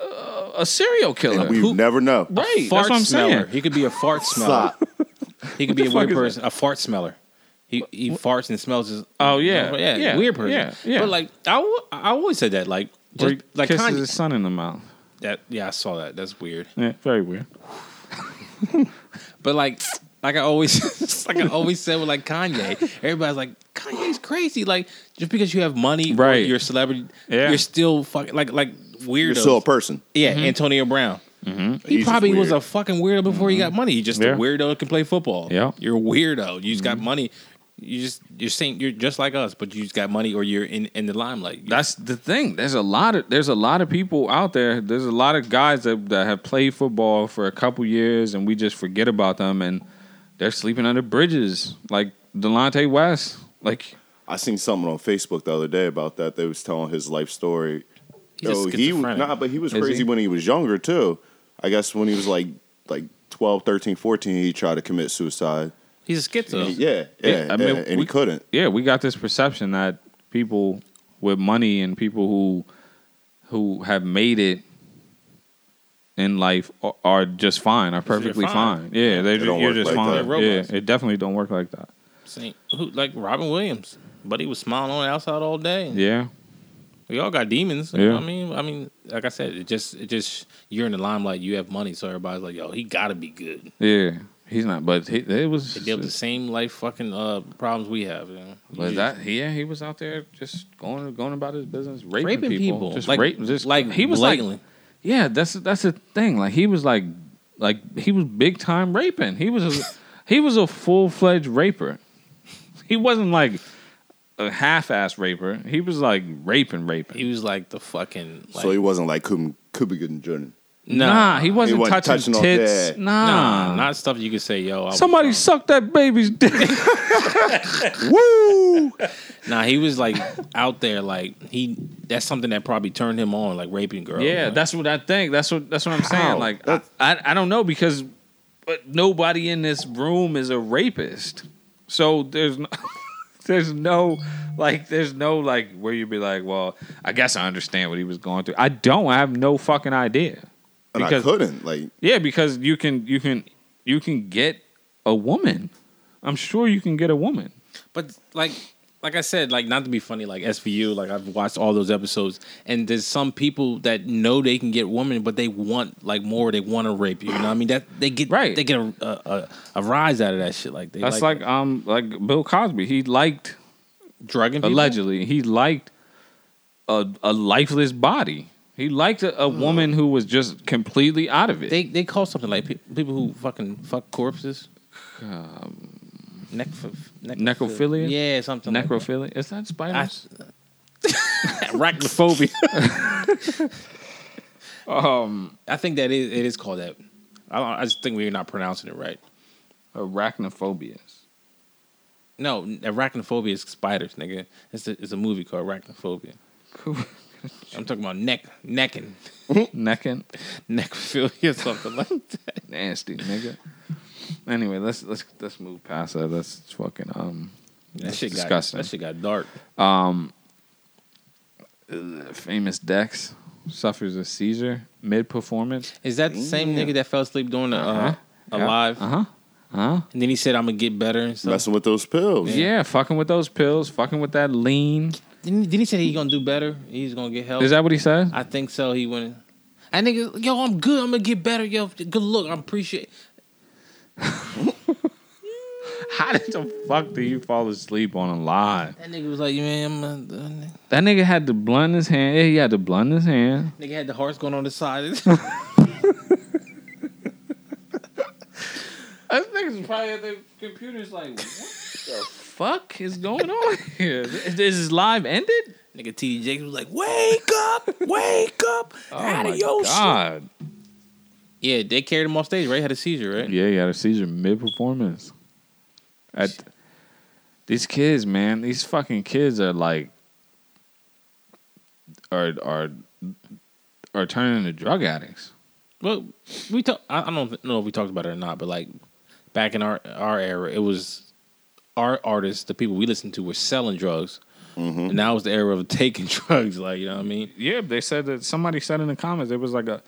uh, a serial killer We Who- never know. right that's fart what I'm smeller. saying He could be a fart smeller. Stop. He could be a the weird fuck is person. A fart smeller. He he farts and smells his. uh, Oh, yeah, yeah, yeah, weird person. yeah, yeah. But like I, al- I always said that like Or just he like kisses Kanye. his son in the mouth That yeah, I saw that. That's weird. yeah very weird But like like I always *laughs* like I always said with like Kanye, everybody's like Kanye's crazy. Like just because you have money, or Right. You're a celebrity. Yeah. Mm-hmm. You're still fucking like like weirdos. You're still a person. yeah, Antonio Brown. He He's just probably was weird. a fucking weirdo before he got money. He's just Mm-hmm. Yeah. a weirdo that can play football. Yeah. Mm-hmm. You're a weirdo. You just got money. You just you're saying you're just like us, but you just got money or you're in, in the limelight. You're- that's the thing there's a lot of there's a lot of people out there there's a lot of guys that, that have played football for a couple years and we just forget about them and they're sleeping under bridges like Delonte West like I seen something on Facebook the other day about that. They was telling his life story. He's just he schizophrenic. nah, but he was Is crazy he? when he was younger too. I guess when he was like like 12, 13, 14, he tried to commit suicide. He's a schizo. Yeah, yeah, Yeah, I mean, yeah, and we- he couldn't. yeah, we got this perception that people with money and people who who have made it in life are, are just fine, are perfectly fine. fine. Yeah, they're It don't just, you're work just like that. fine. They're Yeah, robots. it definitely don't work like that. Same- who, like Robin Williams. But he was smiling on the outside all day. Yeah, We all got demons. You Yeah. know what I mean, I mean, like I said, it just, it just, you're in the limelight. You have money, so everybody's like, "Yo, he got to be good." yeah. He's not, but he, it was. They deal with the same life fucking uh, problems we have. You know? You But just- that yeah, he was out there just going going about his business, raping, raping people. people, just like, rape, just like he was like blatantly. Yeah, that's that's the thing. Like he was like like he was big time raping. He was a, *laughs* he was a full fledged raper. He wasn't like a half ass raper. He was like raping, raping. he was like the fucking. Like, so he wasn't like Kub- Kubica and Jordan. nah, nah, he wasn't, He wasn't touching, touching all- tits. yeah. Nah, nah, not stuff you could say, "Yo, I was somebody wrong." sucked that baby's dick. Nah, he was like out there, like he. That's something that probably turned him on, like raping girls. Yeah, Like, that's what I think. That's what that's what I'm saying. How? Like I, That's- I I don't know because but nobody in this room is a rapist. So there's no, *laughs* there's no like there's no like where you'd be like, well, I guess I understand what he was going through. I don't. I have no fucking idea. And Because- I couldn't. Like Yeah, because you can you can you can get a woman. I'm sure you can get a woman. But like like I said, like not to be funny, like SVU, like I've watched all those episodes, and there's some people that know they can get women, but they want like more. They want to rape you. You know, what I mean that they get Right. They get a a, a, a rise out of that shit. Like they That's like, um like Bill Cosby. He liked drugging people. allegedly he liked a a lifeless body. He liked a, a woman who was just completely out of it. They they call something like pe- people who fucking fuck corpses. Um, Neck, necrophilia? yeah, something like that. Necrophilia. Is that spiders? *laughs* arachnophobia. um, I think that is it is called that. I, don't, I just think we're not pronouncing it right. *laughs* *laughs* Arachnophobia. No, arachnophobia is spiders, nigga. It's a, it's a movie called Arachnophobia. I'm talking about neck, necking, *laughs* Necking. necrophilia, or something like *laughs* that. Nasty nigga. Anyway, let's let's let's move past that. That's fucking um That shit disgusting. got that shit got dark. famous Dex suffers a seizure mid performance. Is that the same nigga that fell asleep during the uh, Uh-huh. alive? Uh huh. Huh? And then he said, "I'm gonna get better." And stuff. messing with those pills. Yeah, fucking with those pills, fucking with that lean. Didn't, didn't he say he gonna do better? He's gonna get help. Is that what he said? I think so. He went. I nigga, yo, I'm good. I'm gonna get better. Yo, good look. I appreciate. How did the fuck do you fall asleep on a lie? That nigga was like, man, I'm, uh, That nigga had the blunt in his hand. Yeah, he had the blunt in his hand. nigga had the hearts *laughs* going on the side. That nigga niggas is probably at their computers like, what *laughs* the fuck is going on here? Is this live ended? Nigga TD Jakes was like, wake up, wake *laughs* up, Oh out my of your shit. god! Yeah, they carried him off stage, right? Had a seizure, right? Yeah, he had a seizure mid performance. At these kids, man, these fucking kids are like are are are turning into drug addicts. Well, we talk, I I don't know if we talked about it or not, but like back in our our era, it was our artists, the people we listened to, were selling drugs. And now it's the era of *laughs* taking drugs. Like you know what I mean? Yeah, they said that somebody said in the comments it was like a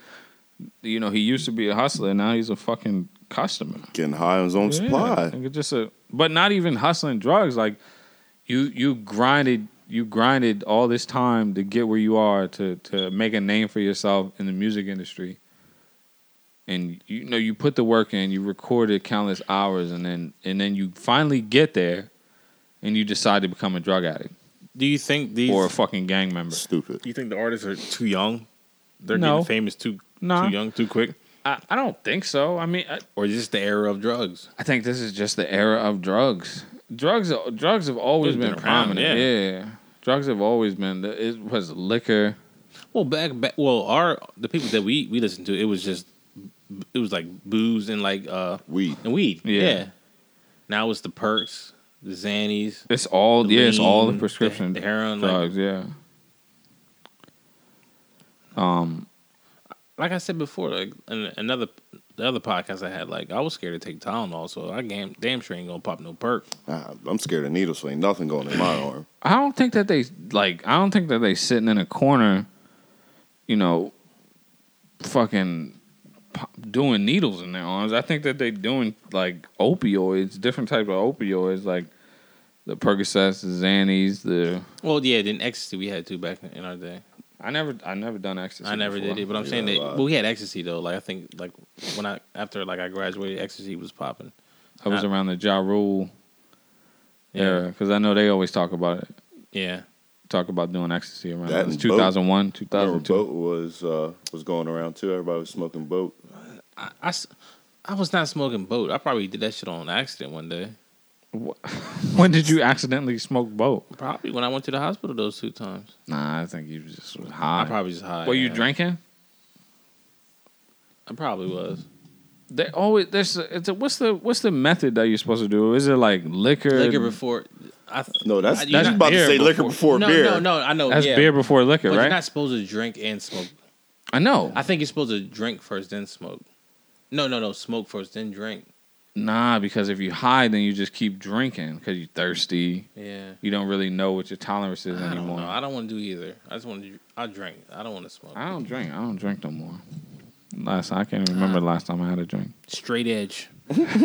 you know, he used to be a hustler, now he's a fucking customer. Getting high on his own Yeah, supply. like, it's just a, but not even hustling drugs. Like you, you grinded, you grinded all this time to get where you are to to make a name for yourself in the music industry. And you know you put the work in, you recorded countless hours, and then and then you finally get there, and you decide to become a drug addict Do you think these? or a fucking gang member. Stupid. you think the artists are too young? They're No. getting famous too Nah. too young too quick, I, I don't think so. I mean, I, or is this the era of drugs? I think this is just the era of drugs. Drugs, drugs have always It's been, been around, prominent. Yeah. drugs have always been. It was liquor. Well, back back. Well, our the people that we we listened to, it was just it was like booze and like uh Weed. and weed. Yeah. Now it's the perks, the Xannies. It's all yeah. It's all the lean, prescription the heroin, like- drugs. yeah. Um. like I said before, like in another the other podcast I had, like I was scared to take Tylenol, so I damn, damn sure ain't gonna pop no perk. Nah, I'm scared of needles, so ain't nothing going in my arm. I don't think that they like. I don't think that they sitting in a corner, you know, fucking po- doing needles in their arms. I think that they doing like opioids, different type of opioids, like the Percocets, the Xannies, the. Well, yeah, then ecstasy we had too back in our day. I never, I never done ecstasy. I never before. did it, but I'm Yeah, saying that. a lot. Well, we had ecstasy though. Like I think, like when I after like I graduated, ecstasy was popping. I was I- around the Ja Rule Yeah, era because I know they always talk about it. yeah. Talk about doing ecstasy around. That That was and 2001, Remember 2002. boat was uh, was going around too. Everybody was smoking boat. I, I s- I was not smoking boat. I probably did that shit on accident one day. When did you accidentally smoke boat? Probably when I went to the hospital those two times. Nah, I think you just was I, high. probably just high. Were you yeah. drinking? I probably was. They always there's a, it's a, what's the what's the method that you're supposed to do? Is it like liquor? Liquor before. I, th- No, that's I- you're that's not- about to beer say liquor before no, beer. No, no, I know. That's yeah. beer before liquor, But right? you're not supposed to drink and smoke. I know. I think you're supposed to drink first, then smoke. No, no, no. Smoke first, then drink. nah, because if you high, then you just keep drinking because you're thirsty. Yeah. You don't really know what your tolerance is I don't anymore. know. I don't want to do either. I just want to. I drink. I don't want to smoke. I don't drink. I don't drink no more. Last I can't even remember the last time I had a drink. Straight edge.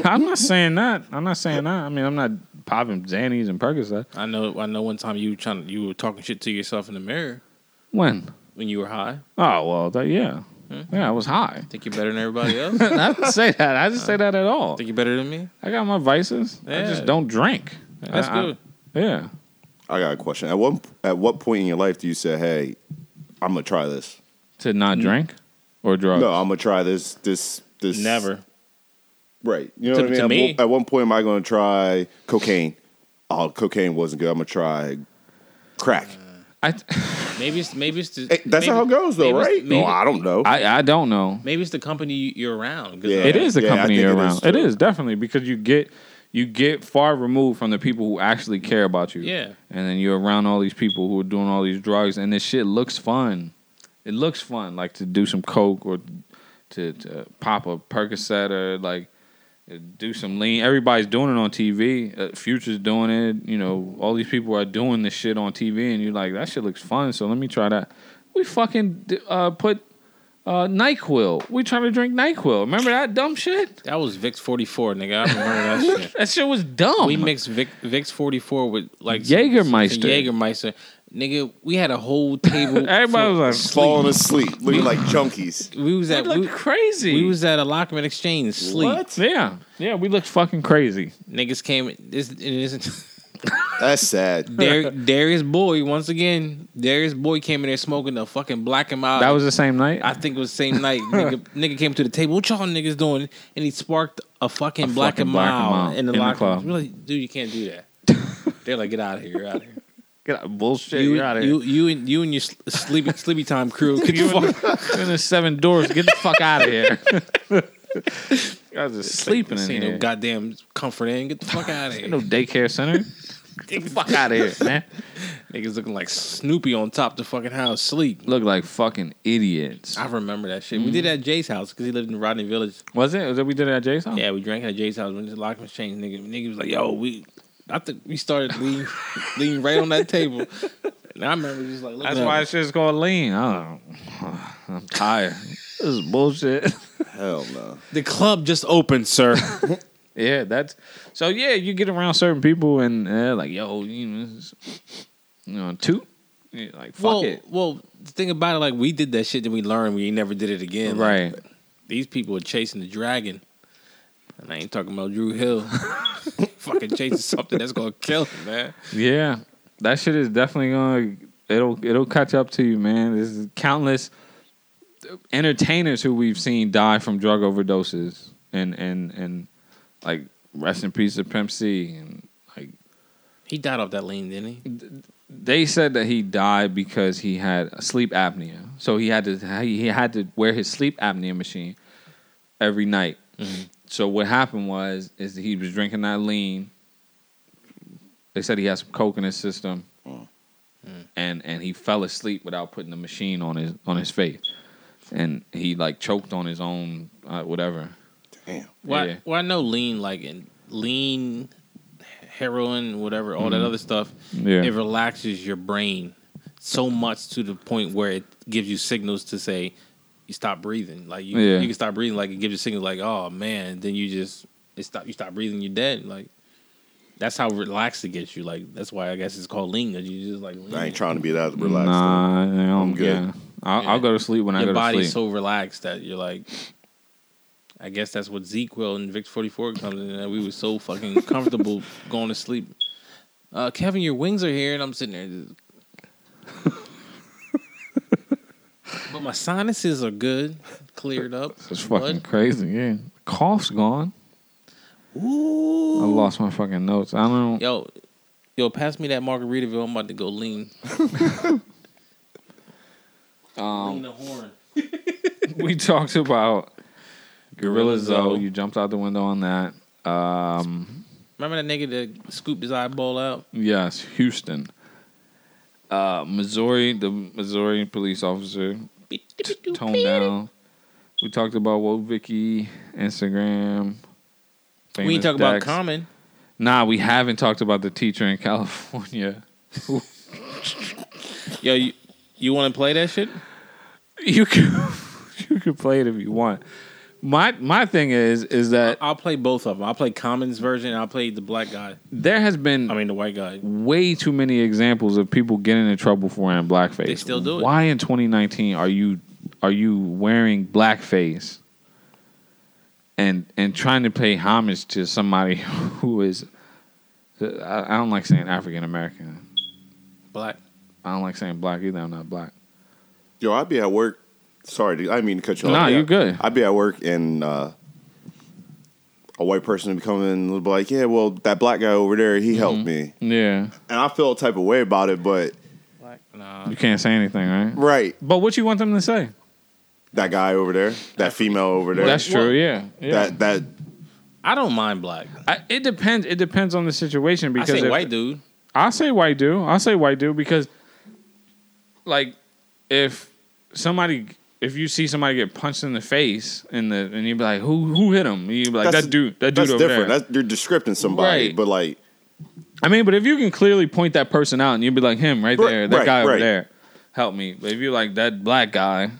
I'm not saying that. I'm not saying that. I mean, I'm not popping Xannies and Percocet. I know. I know. One time you trying. You were talking shit to yourself in the mirror When? when you were high. Oh well, that, yeah, Hmm? yeah. I was high. Think you're better than everybody else. *laughs* I didn't say that. I *laughs* didn't say that at all. Think you're better than me. I got my vices. I Yeah. just don't drink. That's I- I- good. yeah. I got a question. At what at what point in your life do you say, "Hey, I'm gonna try this"? To not drink or drugs. No, I'm gonna try this. This. This. Never. Right. You know To- what I mean? to At me- one- at one point, am I gonna try cocaine? Oh, cocaine wasn't good. I'm gonna try crack. I, *laughs* Maybe it's. Maybe it's. The, Hey, that's maybe- how it goes, though, maybe it's- right? Maybe, no, I don't know. I I don't know. maybe it's the company you're around. 'Cause, Yeah. uh, It is the yeah, I company think you're it is around. it too. is definitely because you get you get far removed from the people who actually care about you. Yeah. And then you're around all these people who are doing all these drugs and this shit looks fun. It looks fun like to do some coke or to, to pop a Percocet or like do some lean. Everybody's doing it on TV. Uh, Future's doing it. You know, all these people are doing this shit on TV, and you're like, that shit looks fun. So let me try that. We fucking uh, put uh, Nyquil. We trying to drink Nyquil. Remember that dumb shit? That was Vicks 44, nigga. I *laughs* remember that shit. That shit was dumb. We mixed Vic, Vicks 44 with like Jägermeister. Jagermeister. Nigga, we had a whole table. *laughs* Everybody full- was like, Falling asleep, looking like junkies. we was at we look we, crazy. we was at a Lockman Exchange sleep. yeah, yeah, we looked fucking crazy. Niggas came. This it isn't. That's *laughs* sad. Dar- Darius Boy once again. Darius Boy came in there smoking the fucking black and mild. That was the same night. I think it was the same *laughs* night. nigga, nigga came to the table. What y'all niggas doing? And he sparked a fucking black fucking and Black and mild Mild in the in the locker room. club. We're like, dude, you can't do that. *laughs* They're like, get out of here, you're out of here. Get out, bullshit. You, You're out of you, here. you and you and your sl- sleepy *laughs* sleepy time crew. Get the *laughs* fuck You're in the seven doors. Get the fuck out of *laughs* here. Guys are sleeping in This here. ain't no goddamn comfort in. Get the fuck out *laughs* of here. no daycare center. *laughs* Get the fuck out of here, man. Niggas looking like Snoopy on top the fucking house, sleep. Mm-hmm. Look like fucking idiots. I remember that shit. We did that at Jay's house because he lived in Rodney Village. Was it? Was it we did it at Jason? Yeah, we drank at Jay's house when the lock was changed. Nigga, nigga was like, "Yo, we." I think we started leaning, *laughs* leaning right on that table. And I remember just like, That's looking why up. this shit's called lean. I don't, *sighs* I'm tired. this is bullshit. *laughs* Hell no. the club just opened, *laughs* sir. yeah, that's so. Yeah, you get around certain people and uh, like, yo, you know, this is- you know toot. Yeah, like, fuck well, it. well, the thing about it, like we did that shit, then we learned we ain't never did it again. Like, Right. these people are chasing the dragon, and I ain't talking about Drew Hill. *laughs* Fucking chasing something that's gonna kill him, man. Yeah, that shit is definitely gonna it'll it'll catch up to you, man. There's countless entertainers who we've seen die from drug overdoses, and and and like rest in peace to Pimp C, and like He died off that lean, didn't he? they said that he died because he had sleep apnea, so he had to he had to wear his sleep apnea machine every night. Mm-hmm. So what happened was is that he was drinking that lean. They said he had some coke in his system, Mm. Mm. and and he fell asleep without putting the machine on his on his face, and he like choked on his own uh, whatever. Damn. Why? Yeah. Well, I know lean, like and lean, heroin, whatever, all that other stuff. Mm-hmm. Yeah. It relaxes your brain so much to the point where it gives you signals to say you stop breathing. Like you, Yeah. you can stop breathing. Like it gives you signals like, oh man, then you just it stop. You stop breathing. You're dead. Like that's how relaxed it gets you. Like that's why I guess it's called lean. 'cause you just like lean. I ain't trying to be that relaxed. nah, I don't- I'm good. yeah. I'll, I'll go to sleep when I your go to body's so sleep. relaxed that you're like. I guess that's what Zeke will and Vic 44 comes in. That we were so fucking comfortable *laughs* going to sleep. Uh, Kevin, your wings are here, and I'm sitting there. Just... *laughs* but my sinuses are good, cleared up. It's fucking What? crazy. Yeah, cough's gone. Ooh. I lost my fucking notes. I don't. Yo, yo, pass me that Margaritaville. I'm about to go lean. lean the horn. *laughs* we talked about Gorilla Gorilla Zoe. Zoe. You jumped out the window on that. Um, Remember that nigga that scooped his eyeball out? yes, Houston, uh, Missouri. The Missouri police officer t- toned down. We talked about Wo Vicky we Instagram. ain't famous talking about Dex. Common. Nah, we haven't talked about the teacher in *laughs* California. Yo, you, you want to play that shit? You can *laughs* you can play it if you want. My my thing is is that I'll play both of them. I'll play Common's version. and I'll play the black guy. there has been I mean, the white guy. way too many examples of people getting in trouble for wearing blackface. They still do it. Why in 2019 are you are you wearing blackface and and trying to pay homage to somebody *laughs* who is I, I don't like saying African American. Black. I don't like saying black either. I'm not black. Yo, I'd be at work. Sorry, dude, I didn't mean to cut you off. Nah, you good. I'd be at work and uh, a white person would come in and be like, "Yeah, well, that black guy over there, he helped Mm-hmm. me," Yeah, and I feel a type of way about it. But Black. Nah. you can't say anything, right? right, But what you want them to say? that guy over there, that female over there, That's true. Yeah, yeah. that that I don't mind black. I, it depends. It depends on the situation because I say if- white dude. I say white dude. I say white dude because, like, if somebody, if you see somebody get punched in the face, and the and you be like, who who hit him? You be like that's- that dude. That dude that's over different. there. That's, you're descripting somebody, Right. but like, I mean, but if you can clearly point that person out, and you'd be like him right Right, there, that right, guy over right. there, help me. But if you like that black guy,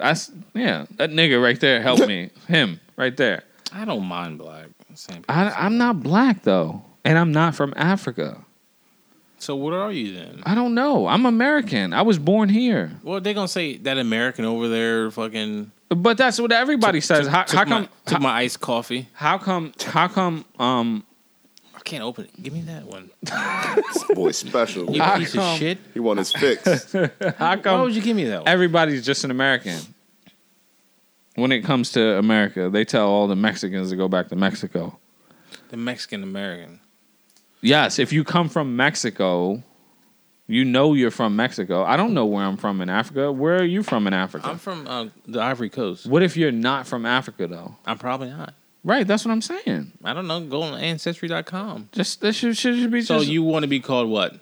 I s- yeah, that nigga right there, *laughs* help me. Him right there. I don't mind black. Same people. I, I'm not black though, and I'm not from Africa. so what are you then? I don't know. I'm American. I was born here. Well, they gonna say that American over there fucking But that's what everybody says. how, took how my, come? took my iced coffee. How come? How come? Um, can't open it. Give me that one. Boy, special. You piece of come- shit. He want his *laughs* fix. How Why come would you give me that one? everybody's just an American? When it comes to America, they tell all the Mexicans to go back to Mexico. The Mexican American. Yes, if you come from Mexico, you know you're from Mexico. I don't know where I'm from in Africa. Where are you from in Africa? I'm from uh, the Ivory Coast. what if you're not from Africa though? I'm probably not. Right, that's what I'm saying. I don't know. Go on Ancestry.com. Just that should, should, should be So just you want to be called what?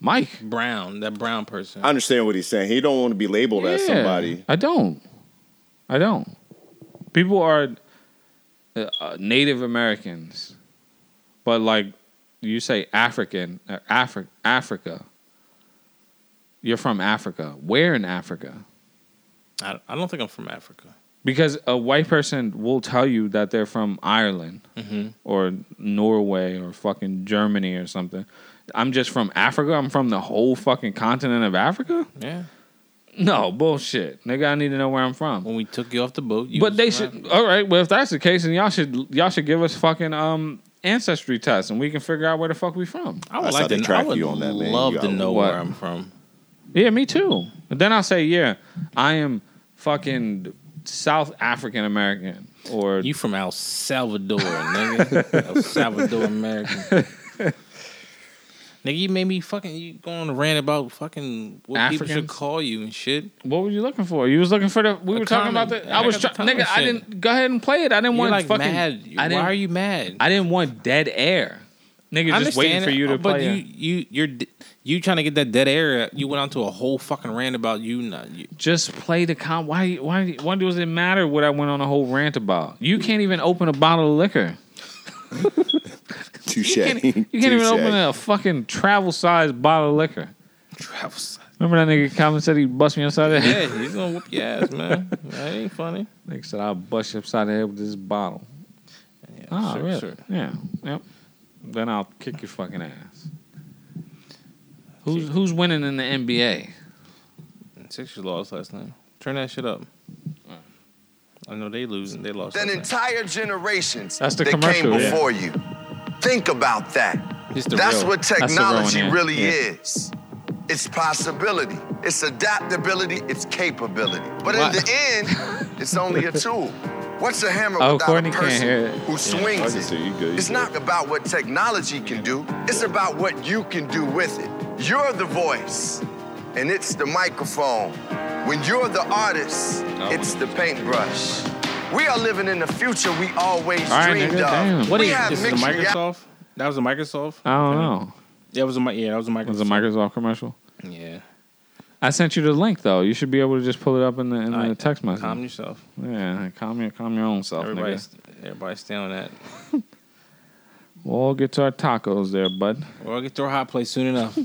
Mike. Brown. That brown person. I understand what he's saying. He don't want to be labeled as Yeah. somebody. I don't. I don't. People are uh, uh, Native Americans, but like you say, African, uh, Afri- Africa. You're from Africa. Where in Africa? I, I don't think I'm from Africa. Because a white person will tell you that they're from Ireland or Norway or fucking Germany or something. I'm just from Africa. I'm from the whole fucking continent of Africa. Yeah. No bullshit, nigga. I need to know where I'm from. When we took you off the boat, you But was they from should. Africa. All right. Well, if that's the case, then y'all should y'all should give us fucking um ancestry tests, and we can figure out where the fuck we from. I would That's like how to they know. I track would you on that, man. You love to gotta know look. where I'm from. Yeah, me too. But then I'll say, yeah, I am fucking South African American, or You from El Salvador, nigga. *laughs* El Salvador American. Nigga, you made me fucking you going on a rant about fucking what people should Africans? call you and shit. what were you looking for? You was looking for the. We The were talking comment. about the. Yeah, I I was got the trying, nigga. comment I shit. didn't go ahead and play it. I didn't You're want like fucking. mad. I didn't, Why are you mad? I didn't want dead air. Nigga, just waiting understand for it, you to but play. it. you you you're d- you trying to get that dead air. You went on to a whole fucking rant about you not you. just play the con. Why? Why? Why does it matter what I went on a whole rant about? You can't even open a bottle of liquor. Touche. *laughs* You can't even open a fucking travel sized bottle of liquor. Travis. Remember that nigga Calvin said he'd bust me upside the head? Yeah, he's gonna whoop your ass, man. That ain't funny. Nigga said I'll bust you upside the head with this bottle. Yeah, Ah, sure, really? sure. Yeah. Yep. Then I'll kick your fucking ass. Who's who's winning in the NBA? Sixers lost last night. Turn that shit up. I know they losing. They lost. Than last night. entire generations That's the that came commercial, yeah. before you. Think about that. It's the That's real- what the real technology one, yeah. really Yeah. is. It's possibility, it's adaptability, it's capability. But What? in the *laughs* end, it's only a tool. What's a hammer Oh, without Courtney a can't person hear it. who swings can it? see you good, you it's good. not about what technology can do, it's about what you can do with it. You're the voice, and it's the microphone. When you're the artist, it's the paintbrush. We are living in the future we always All right, dreamed nigga, of. damn. What we is have this? Is the mixed rea- Microsoft? That was a Microsoft. I don't know. That was a mi- yeah. That was a It was a Microsoft. Microsoft commercial. yeah. I sent you the link though. You should be able to just pull it up in the in the Alright, uh, text message. Calm yourself. yeah, calm your calm your own self, Everybody, nigga. everybody, stay on that. We'll all get to our tacos there, bud. We'll get to our hot plate soon *laughs* enough.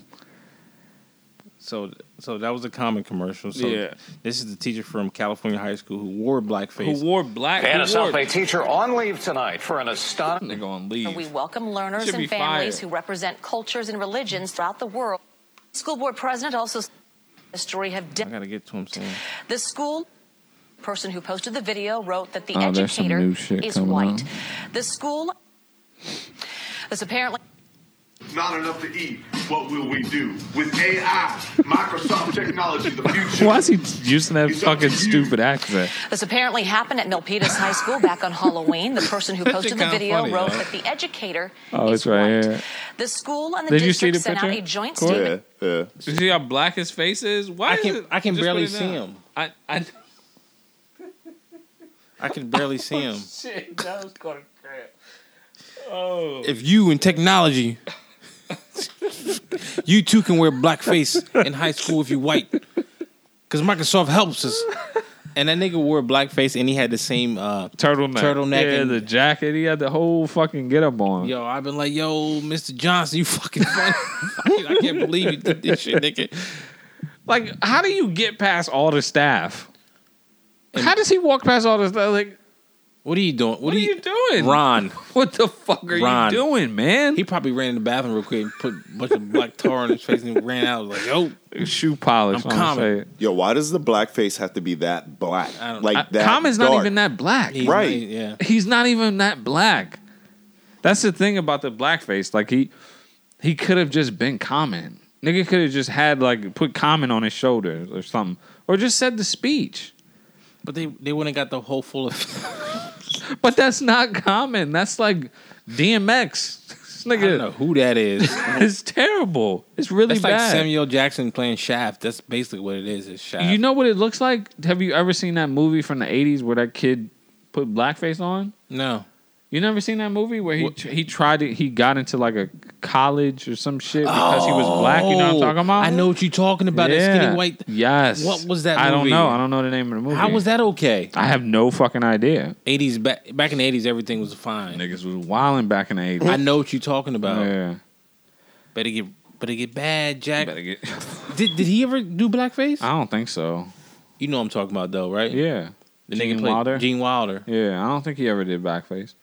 so, so that was a common commercial. So Yeah. This is the teacher from California high school who wore blackface. wore black? And a South Bay teacher on leave tonight for an astonishing. Nigga on leave. We welcome learners Should be and families fired. who represent cultures and religions throughout the world. School board president also said the story have I de- gotta get to him soon. the school person who posted the video wrote that the Oh, there's some educator new shit is coming white. out. The school this apparently Not enough to eat. What will we do with AI, Microsoft technology, the future? Why is he using that It's up to fucking you. stupid accent? this apparently happened at Milpitas High School back on Halloween. The *laughs* person who That's posted the kinda video funny, wrote though. that the educator Oh, is it's right white. here. The school and the Did you see district the sent out picture? a joint Cool. statement Yeah, yeah. You see how black his face is? Why? I can- is it- I can just barely put it see down. him. I, I, I can barely see him. Oh, shit, that was going crap. Oh, If you in technology, you too can wear blackface in high school if you white, because Microsoft helps us. And that nigga wore blackface and he had the same uh, turtleneck. Turtleneck Yeah, and- the jacket. He had the whole fucking get up on. Yo, I've been like, yo, Mr. Johnson, you fucking funny. I can't believe you did this shit, nigga. Like, how do you get past all the staff? how does he walk past all this? Like, What are you doing? What, what are are you, you doing, Ron? What the fuck are Ron. you doing, man? He probably ran in the bathroom real quick and put a bunch of black tar on his face and ran out. I was like, yo, shoe polish. I'm I'm common. saying. Yo, why does the blackface have to be that black? I don't- Like I- that. Common's not dark? even that black. he's Right. not- yeah. He's not even that black. That's the thing about the blackface. Like he he could have just been common. Nigga could have just had like put common on his shoulder or something. Or just said the speech. But they they wouldn't got the whole full of But that's not common. That's like DMX. This nigga, I don't know who that *laughs* is. it's terrible. It's really That's bad. like Samuel Jackson playing Shaft. That's basically what it is. Is Shaft. You know what it looks like? Have you ever seen that movie from the 80s where that kid put blackface on? No. You never seen that movie where he he tried to he got into like a college or some shit because he was black, you know what I'm talking about? Oh, I know what you're talking about. That skinny white. Yes. What was that I don't movie? know. I don't know the name of the movie. How was that okay? I have no fucking idea. 80s back back in the 80s everything was fine. Niggas was wilding back in the 80s. I know what you're talking about. Yeah. Better get better get bad, Jack. Better get *laughs* did did he ever do blackface? I don't think so. You know what I'm talking about though, right? Yeah. The nigga played Wilder? Gene Wilder. Yeah, I don't think he ever did blackface.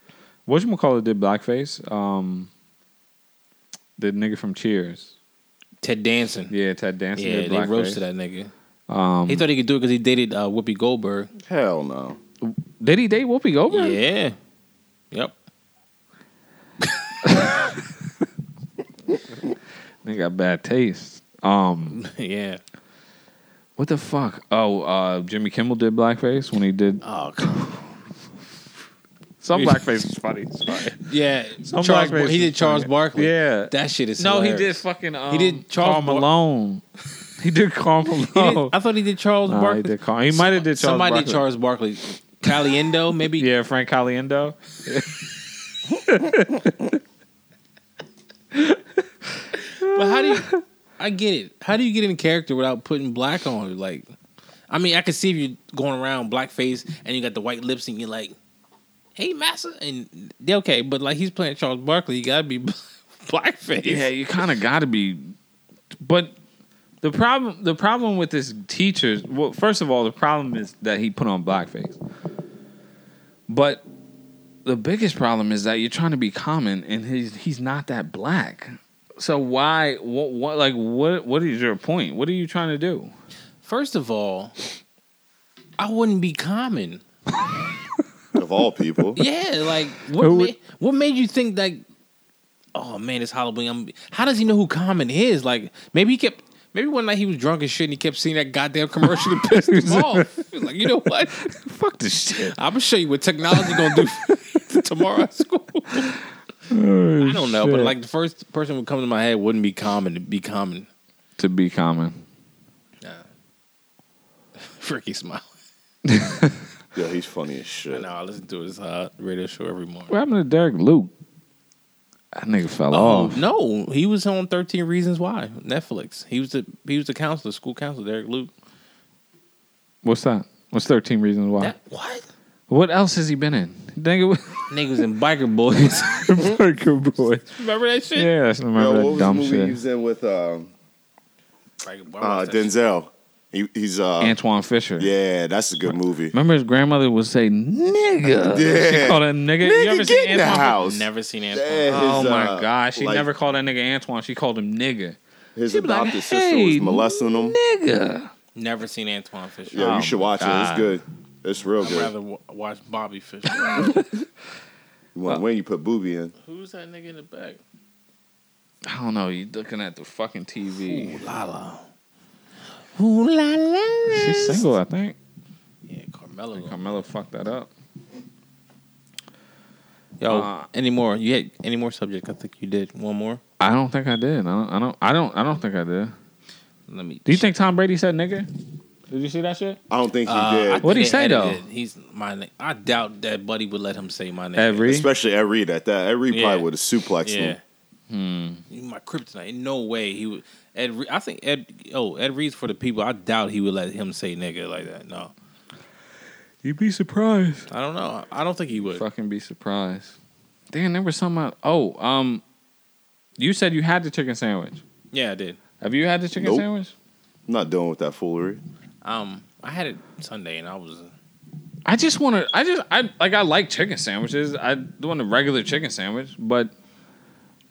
Whatchamacallit did blackface. Um, the nigga from Cheers. Ted Danson. Yeah, Ted Danson Yeah, did they blackface. roasted that nigga. Um, he thought he could do it because he dated uh, Whoopi Goldberg. Hell no. Did he date Whoopi Goldberg? Yeah. Yep. *laughs* They got bad taste. Um, yeah. What the fuck? Oh, uh, Jimmy Kimmel did blackface when he did. Oh, *laughs* some blackface was funny. Yeah, *laughs* Some Charles. blackface Bar- he was did Charles funny. Barkley. Yeah. that shit is. No, he hilarious. did fucking. Um, he did Carl Charles Bar- Malone. *laughs* he did Carl Malone. He did- I thought he did Charles Oh. Nah, he Barkley. did Carl- he might have did Charles Somebody Barkley. did Charles Barkley. Caliendo, maybe. yeah, Frank Caliendo. But how do you? I get it. How do you get in character without putting black on? it? Like, I mean, I could see if you're going around blackface and you got the white lips and you're like, "Hey, massa," and they're okay. But like, he's playing Charles Barkley. You gotta be *laughs* blackface. Yeah, you kind of got to be. But the problem, the problem with this teacher, well, first of all, the problem is that he put on blackface. But the biggest problem is that you're trying to be common, and he's he's not that black. So why, what, what, like, what, what is your point? What are you trying to do? First of all, I wouldn't be common. Of all people. Yeah, like what? Who ma- would- what made you think like? Oh man, it's Halloween. I'm, how does he know who Common is? Like maybe he kept. Maybe one night he was drunk as shit and he kept seeing that goddamn commercial *laughs* and pissed him off. He was like, you know what? *laughs* Fuck this shit. I'm gonna show you what technology gonna do *laughs* for tomorrow at school. Oh, I don't know, but like the first person who would come to my head wouldn't be Common. It'd be Common. to be common. Freaky smile. *laughs* Yo, he's funny as shit. No, I listen to his uh, radio show every morning. What happened to Derek Luke? That nigga fell Oh off. no, he was on Thirteen Reasons Why Netflix. He was the he was the counselor, school counselor, Derek Luke. What's that? What's thirteen reasons why? That- what? What else has he been in? Nigga, niggas in biker boys. biker boys. *laughs* Remember that shit? Yeah, I remember Yo, that what was dumb the movie shit. he was in with um, uh, Denzel? He, he's uh, Antoine Fisher. Yeah, that's a good movie. Remember his grandmother would say nigga. Yeah. She called him nigga. Nigga, you ever get seen in the Antoine? house. Never seen Antoine. Yeah, oh his, my uh, god. She like- never called that nigga Antoine. She called him nigga. His She'd be like, adopted sister was "Hey, molesting him. Nigga. Never seen Antoine Fisher. Oh Yeah, you should watch it. It's good. It's real I'd good. rather w- watch Bobby Fisher. when, when you put booby in, *laughs* Who's that nigga in the back? I don't know. You're looking at the fucking TV. la la. Ooh la la. She's single, I think. Yeah, Carmelo. Carmelo fucked that up. Yo, Uh, any more? You had any more subject? I think you did one more. I don't think I did. I don't. I don't. I don't. I don't think I did. Let me. Do you think Tom Brady said nigga? Did you see that shit? I don't think he Uh, I did. think What'd he they say, edited though? it. He's my. na- I doubt that Buddy would let him say my name. Every. Especially Ed Reed at that. Ed Reed Yeah. probably would have suplexed Yeah. him. Hmm. You My kryptonite. No way he would. Ed. Re- I think Ed. Oh, Ed Reed's for the people. I doubt he would let him say nigga like that. No, You'd be surprised. I don't know. I don't think he would. Fucking be surprised. Damn, there was something. about- Oh, um, you said you had the chicken sandwich. Yeah, I did. Have you had the chicken Nope. sandwich? I'm not dealing with that foolery. Um, I had it Sunday and I was. I just want to. I just. I like. I like chicken sandwiches. I want a regular chicken sandwich, but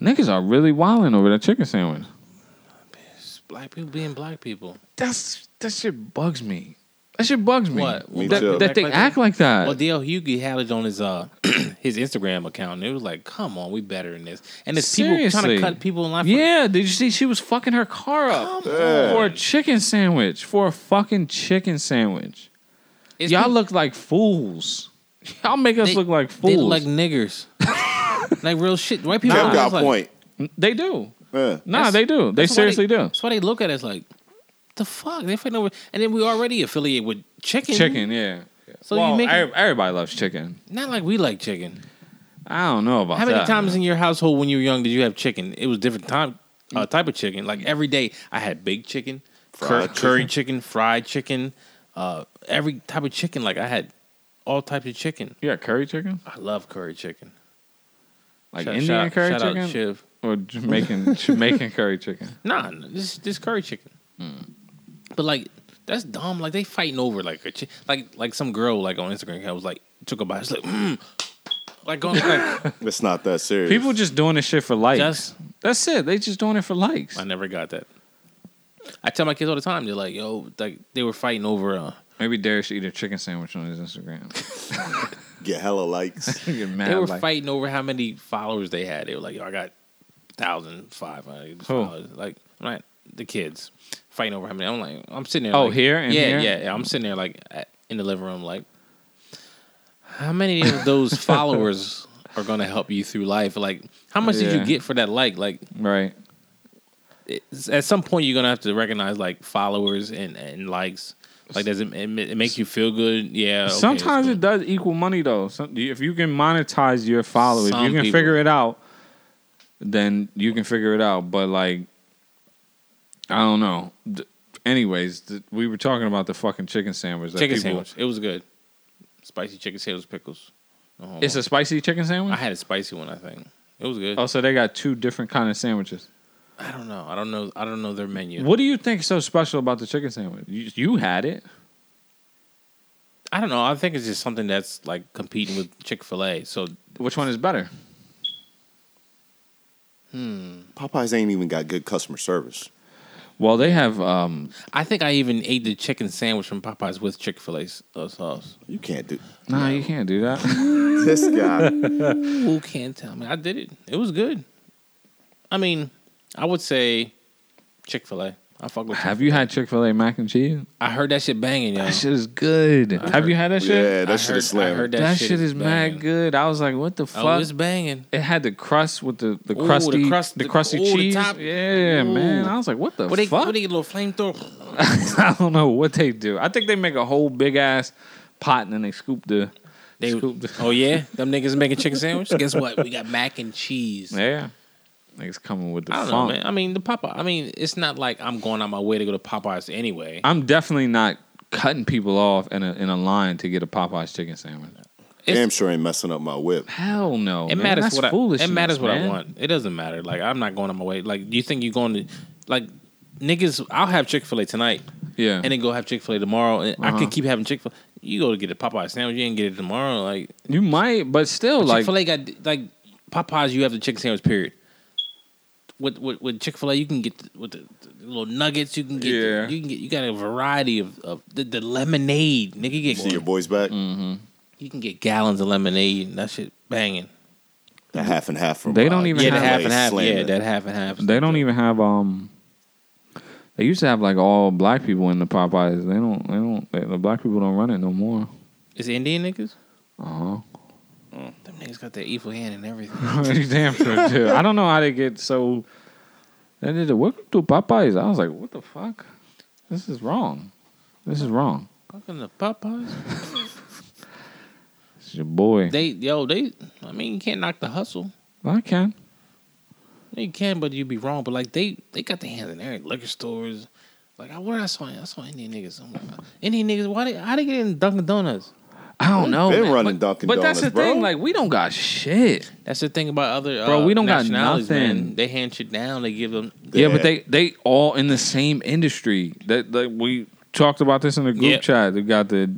niggas are really wilding over that chicken sandwich. Black people being black people. That's that shit bugs me. That shit bugs me. What? Me That- too. that they act like that. Well, DL Hughley had it on his uh *clears throat* his Instagram account, and it was like, "Come on, we better than this." And it's people trying Seriously. to cut people in line. Yeah, did you see she was fucking her car up for a chicken sandwich? For a fucking chicken sandwich. Y'all look like fools. *laughs* Y'all make us They- look like fools. they look like *laughs* niggers. like real shit. White people Kev look got like- point. They do. Yeah. Nah, they do. They seriously do. That's why they look at us like, the fuck? They fighting over. And then we already affiliate with chicken. Chicken, yeah. So well, you make ev- everybody loves chicken. not like we like chicken. I don't know about How many that. times in your household when you were young did you have chicken? It was different time uh, type of chicken. Like every day, I had baked chicken, cur- Fried curry chicken, fried chicken, uh, every type of chicken. Like I had all types of chicken. Yeah, curry chicken. I love curry chicken. Like Shout- Indian shout out- curry shout out chicken Shiv. *laughs* or Jamaican Jamaican curry chicken. Nah, n- this this curry chicken. Hmm. But like that's dumb. Like they fighting over like a chi- like like some girl like on Instagram I was like took a bite. It's like mm. like going like It's not that serious. People just doing this shit for likes. Just- That's it. They just doing it for likes. *laughs* I never got that. I tell my kids all the time. They're like, yo, like they were fighting over. Uh, Maybe Darius should eat a chicken sandwich on his Instagram. *laughs* Get hella likes. Get mad they were like- fighting over how many followers they had. They were like, yo, I got thousand five hundred followers. Like right, the kids fighting over how many. I'm like, I'm sitting there. Oh, like- here and yeah, here? yeah, yeah. I'm sitting there like at, in the living room, like, how many of *laughs* those followers are going to help you through life? Like, how much did Yeah. you get for that like? Like, right. it's- at some point you're gonna have to recognize like followers and, and likes. Like, does it, it ma- it make you feel good? Yeah. okay, it's Sometimes cool. it does equal money though. Some, if you can monetize your followers, if Some you can people. figure it out, then you can figure it out. But like, I don't know. D- Anyways, th- we were talking about the fucking chicken sandwich. that chicken people- sandwich. It was good. Spicy chicken sandwich pickles. No homo. It's a spicy chicken sandwich. I had a spicy one. I think it was good. Oh, so they got two different kind of sandwiches. I don't know. I don't know. I don't know their menu. What do you think is so special about the chicken sandwich? You, you had it. I don't know. I think it's just something that's like competing with Chick Fil A. So Which one is better? hmm. Popeyes ain't even got good customer service. Well, they have. um I think I even ate the chicken sandwich from Popeyes with Chick Fil A uh, sauce. You *laughs* can't do. Nah, you can't do that. *laughs* This guy. Who can tell me? I did it. It was good. I mean, I would say Chick Fil A. I fuck with. have you had Chick Fil A mac and cheese? I heard that shit banging, yo. That shit is good. I Have heard- you had that shit? Yeah, that I shit heard- is slam. I heard that, that, shit, is mad banging. good. I was like, what the fuck? Oh, it's banging. it had the crust with the the Ooh, the crusty the, crust- the- crusty ooh, the cheese. top. Yeah, man. Ooh. I was like, what the What they, fuck? what they get a little flamethrower? *laughs* I don't know what they do. I think they make a whole big ass pot and then they scoop the. They, scoop the oh yeah, them niggas making chicken sandwich. Guess what? We got mac and cheese. yeah. Niggas coming with the I don't funk. know, man. I mean, the Popeye. I mean, it's not like I'm going on my way to go to Popeyes anyway. I'm definitely not cutting people off in a in a line to get a Popeyes chicken sandwich. Damn sure ain't messing up my whip. Hell no. it man. matters That's what I. foolishness, It matters what I man. want. It doesn't matter. Like I'm not going on my way. Like, do you think you're going to like niggas? I'll have Chick Fil A tonight, Yeah. and then go have Chick Fil A tomorrow, and I Uh-huh. could keep having Chick Fil. A You go to get a Popeye sandwich, you ain't get it tomorrow. Like you might, but still, Chick like Fil A got like Popeyes. You have the chicken sandwich. Period. With with, with Chick Fil A, you can get the, with the, the little nuggets. You can get. Yeah. you can get. You got a variety of, of the, the lemonade. Nigga, you See get your boys back. Mm. Mm-hmm. you can get gallons of lemonade and that shit banging. The half and half from. They don't even yeah, the have half a and half. slam Yeah, it. that half and half. They don't even have um. They used to have like all black people in the Popeyes. They don't. They don't. They, the black people don't run it no more. It's Indian niggas. *laughs* Uh Them niggas got their evil hand and everything. huh. Damn sure do. I don't know how they get so. They did a welcome to Popeyes. I was like, what the fuck? This is wrong. This is wrong. Fucking the Popeyes. It's your boy. They yo they. I mean, you can't knock the hustle. I can. You can, but you'd be wrong. But like they, they got their hands in every liquor stores. Like I, where I saw, I saw Indian niggas. I'm like, Indian niggas. Why? They, how they get in Dunkin' Donuts? I don't know. been man. running but, Dunkin' But that's Donuts, the bro. thing. Like we don't got shit. That's the thing about other uh, Bro, we don't got nationalities, man. nothing. They hand shit down. They give them. Yeah, but they they all in the same industry. That that we talked about this in the group Yeah. chat. They got the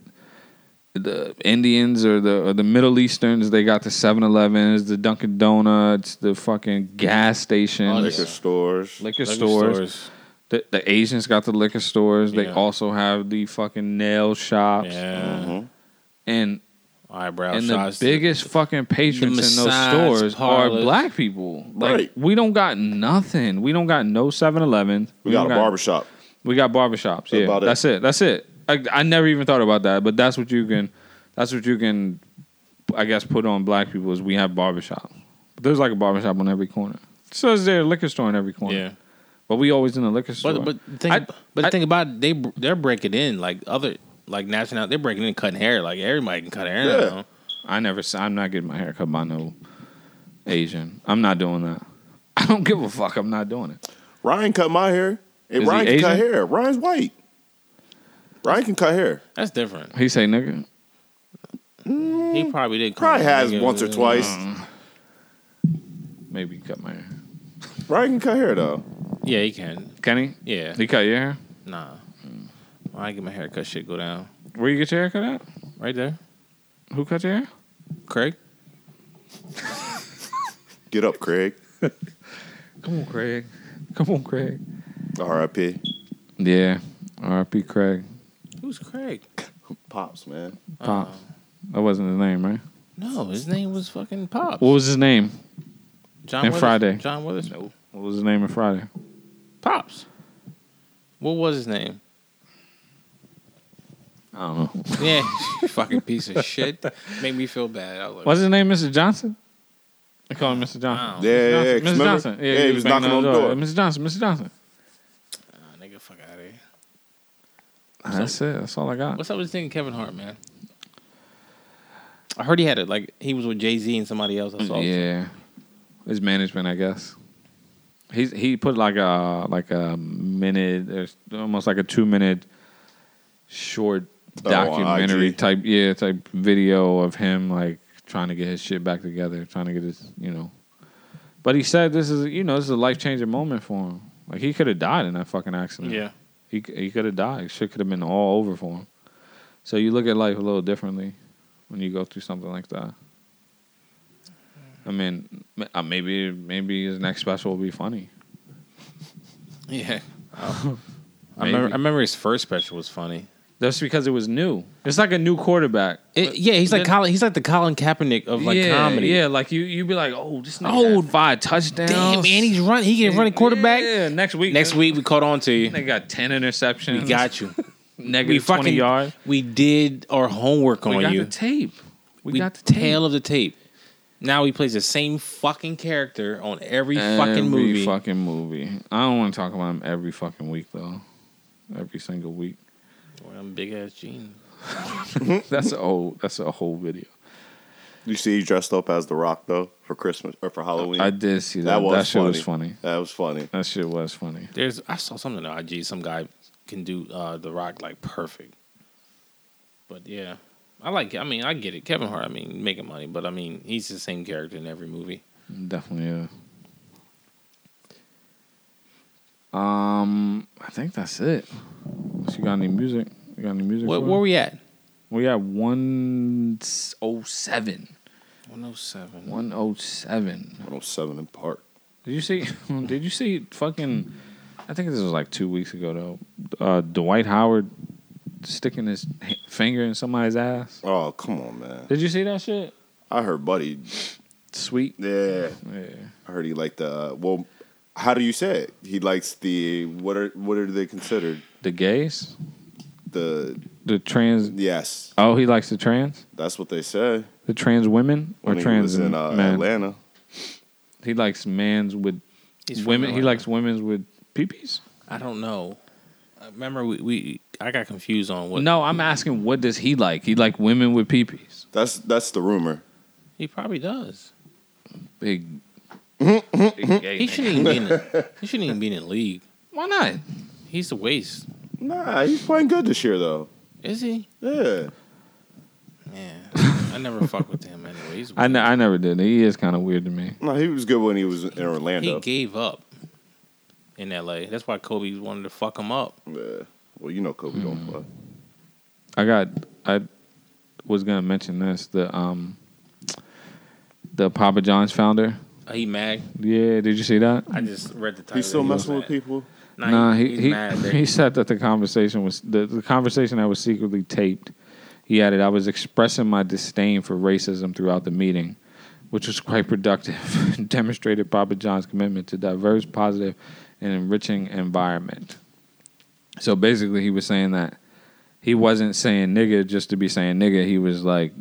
the Indians or the or the Middle Easterns. They got the 7-Elevens, the Dunkin' Donuts, the fucking gas stations, Oh, liquor stores. liquor liquor stores. stores. The, the Asians got the liquor stores. They Yeah. also have the fucking nail shops. Yeah. Mhm. And Eyebrow Mm-hmm. and shots. the biggest fucking patrons in those massage stores parlors. are black people. Like Right. we don't got nothing. We don't got no 7-Eleven. We got don't a barbershop. We got barbershops. Yeah, about it. that's it. That's it. I, I never even thought about that, but that's what you can. That's what you can. I guess put on black people is we have barbershops. But there's like a barbershop on every corner. So is there a liquor store in every corner? Yeah. But we always in the liquor store. But but think, but think about it, they they're breaking in like other like national they're breaking in and cutting hair like everybody can cut hair Yeah. now. I never. s- I'm not getting my hair cut by no Asian. I'm not doing that. *laughs* I don't give a fuck. I'm not doing it. Ryan cut my hair. Hey, Is he Ryan can cut Asian? hair. Ryan's white. Ryan can cut hair. That's different. He say nigga. He probably did. Probably has once or twice. Maybe he cut my hair. Ryan can cut hair though. Yeah, he can. Can he? Yeah. He cut your hair? Nah. When I get my haircut, shit go down. Where you get your hair cut at? Right there. Who cut your hair? Craig. Get up, Craig. Come on, Craig. Come on, Craig. R.I.P. Yeah. R.P. Craig. Who's Craig? Pops, man. Pop. That wasn't his name, right? No, his name was fucking Pop. What was his name? John and Withers- Friday. John Witherspoon. What was his name in Friday? Pops. What was his name? I don't know. Yeah, *laughs* you fucking piece of shit. Make me feel bad. I was like, What's his name, Mr. Johnson? I call him Mr. Wow. Johnson. Yeah, Mr. yeah, yeah, 'cause Johnson. Mr. remember- Johnson. yeah, he was knocking on the door. Mr. Johnson, Mr. Johnson. Nah, nigga, fuck out of here. That's it. That's all I got. What's up with this nigga Kevin Hart, man? I heard he had it. Like he was with Jay Z and somebody else. I saw. Yeah, his management, I guess. He's he put like a like a minute, there's almost like a two minute short Oh, on documentary IG. type, yeah, type video of him like trying to get his shit back together, trying to get his, you know. But he said this is you know this is a life changing moment for him. Like he could have died in that fucking accident. Yeah. he he could have died. Shit could have been all over for him. So you look at life a little differently when you go through something like that. I mean, m- uh, maybe maybe his next special will be funny. *laughs* Yeah. I Maybe. remember, I remember his first special was funny. That's because it was new. It's like a new quarterback. yeah, he's like Colin. He's like the Colin Kaepernick of like yeah, comedy. Yeah, like you you be like, oh, this nigga oh, had five touchdowns. Damn, man, he's running. He can run a quarterback. Yeah, next *laughs* week. Next week we caught on to you. they got ten interceptions. We got you. Negative we twenty yards. We did our homework We on got you. the tape. We, got the tape. tail of the tape. Now he plays the same fucking character on every, fucking movie. fucking movie. I don't want to talk about him every fucking week though. Every *laughs* single week. Well, I'm big ass jeans. that's a whole. That's a whole video. You see, he dressed up as the Rock though for Christmas or for Halloween. I did see that. That shit was funny. That was funny. That shit was funny. There's I saw something on IG. Some guy can do uh, the Rock like perfect. But yeah, I like. I mean, I get it. Kevin Hart. I mean, making money, but I mean, he's the same character in every movie. Definitely. Yeah. Um, I think that's it. Unless you got any music? You got any music? What, for where us? we at? We at one oh seven. 107. One oh seven. 107 in Park. Did you see? *laughs* Did you see? Fucking, I think this was like two weeks ago though. Uh, Dwight Howard sticking his h- finger in somebody's ass. Oh come on, man! Did you see that shit? I heard Buddy. Sweet. Yeah, Yeah. I heard he liked the. Well, how do you say it? He likes the. What are what are they considered? The gays. The The trans. yes, Oh, he likes the trans. that's what they say. The trans women or When he trans was in uh, men. Atlanta, He likes mans with He's from women. He Atlanta. likes women's with peepees. I don't know. I remember we, we I got confused on what. No, I'm asking what does he like? He like women with peepees. that's that's the rumor. He probably does. Big. Mhm. He shouldn't even be in. *laughs* The, he shouldn't even be in the league. Why not? He's a waste. Nah, he's playing good this year though. Is he? Yeah, Yeah. I never fuck with him anyway. He's a I, ne- I never did. He is kind of weird to me. no, he was good when he was in Orlando. He gave up in L.A. That's why Kobe wanted to fuck him up. Yeah. Well, you know Kobe Hmm. don't play. I got I was gonna mention this the um the Papa John's founder He mad. Yeah, did you see that? I just read the title. He's still He was messing with mad. people. Nah, Nah, he- he he's he, *laughs* mad that- he said that the conversation was the, the conversation that was secretly taped. He added, "I was expressing my disdain for racism throughout the meeting, which was quite productive *laughs* and demonstrated Papa John's commitment to diverse, positive, and enriching environment." So basically, he was saying that he wasn't saying nigga just to be saying nigga. He was like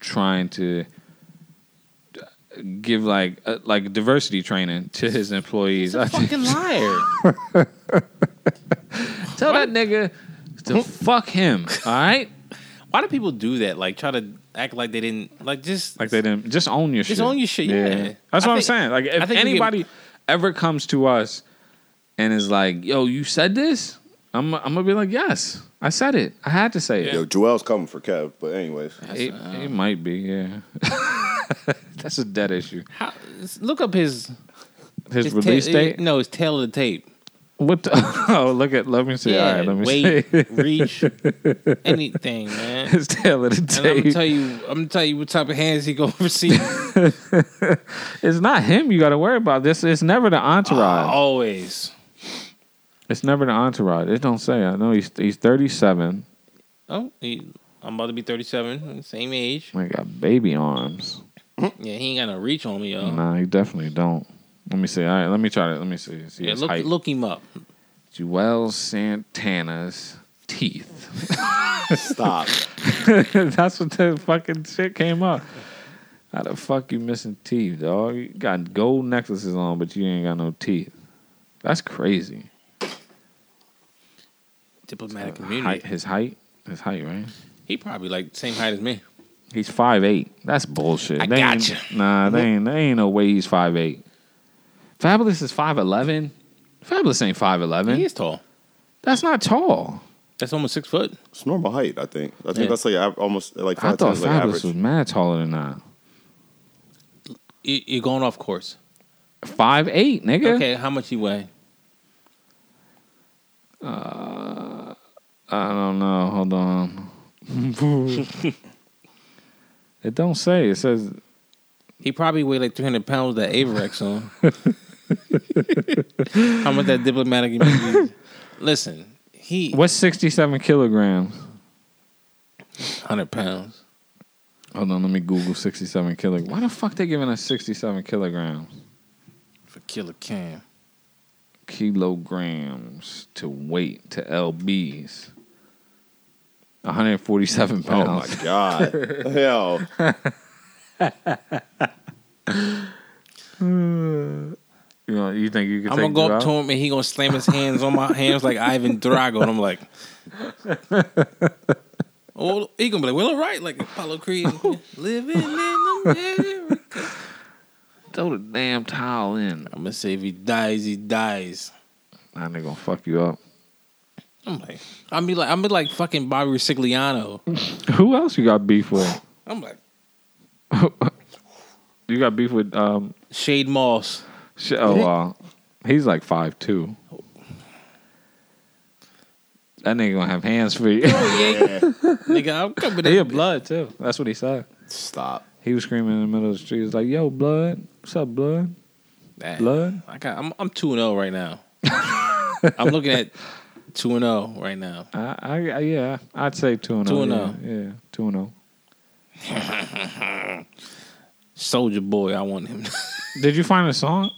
trying to give like uh, like diversity training to his employees. *laughs* I *laughs* think- Fucking liar. Tell that nigga to fuck him. All right. Why do people do that? Like try to act like they didn't. Like just Like they didn't just own your shit. Just own your shit, yeah. That's I what I'm think- saying. Like I if think we get- anybody ever comes to us and is like, "Yo, you said this," I'm I'm gonna be like, "Yes, I said it. I had to say Yo, it." Joel's coming for Kev, but anyways. It, uh, it might be, yeah. *laughs* That's a dead issue. how, look up his His, ta- release date. No, his tail of the tape. What? The, *laughs* oh, look at. Let me see. Yeah, All right, let me weight, see. *laughs* reach, anything, man. His tail of the And I'm gonna tape. tell you, I'm gonna tell you what type of hands he *laughs* gonna receive. *laughs* it's not him. You got to worry about this. It's never the entourage. Always. It's never the entourage. It don't say. I know he's he's thirty seven. Oh, he, I'm about to be 37, same age. He got baby arms. Yeah, he ain't got no reach on me, yo. Nah, he definitely don't. Let me see. All right, let me try to. Let me see. see yeah, his look, height. look him up. Joel Santana's *laughs* teeth. Stop. *laughs* That's what the fucking shit came up. How the fuck you missing teeth, dog? You got gold necklaces on, but you ain't got no teeth. That's crazy. Diplomatic community. Height, his height, his height, right? He probably like the same height as me. He's five eight. That's bullshit. I They ain't- gotcha. Nah, they ain't. They ain't no way he's five eight. Fabulous is five eleven. Fabulous ain't five eleven. He is tall. That's not tall. That's almost six foot. It's normal height, I think. I think Yeah. that's like av- almost like I five thought times like Fabulous average. was mad taller than that. You, you're going off course. Five eight, nigga. Okay, how much you weigh? I don't know. Oh, Hold on. it don't say. It says He probably weighed like 300 pounds with that Averex *laughs* on. how much that diplomatic immunity? Listen, he what's sixty seven kilograms. 100 pounds. Hold on, let me Google sixty seven kilograms. Why the fuck they giving us sixty seven kilograms? for Killer Cam. kilograms to weight to lbs 147 Oh my pounds god. *laughs* Hell. you, know, you think you can I'm gonna take go up Joel? to him and he gonna slam his hands on my hands like Ivan Drago, and I'm *laughs* like, oh, he gonna be like, well, all right, like Apollo *laughs* Creed, living in America. throw the damn towel in I'm gonna say if he dies, he dies. nah, they gonna fuck you up I'm like, I'm be like, I'm be like fucking Bobby Ricigliano. who else you got beef with I'm like you got beef with um Shade Moss. sh- oh uh, he's like five two that nigga gonna have hands for you *laughs* Yeah. *laughs* Nigga, I'm coming he Oh, a in. blood too that's what he said Stop. he was screaming in the middle of the street he was like yo blood what's up blood Nah, blood I got, I'm I'm two and zero right *laughs* now. I'm looking at two and zero right now. I, I I- yeah, I'd say two and Two oh, and yeah, yeah, two and oh. zero. Soldier Boy, I want him. Did you find a song?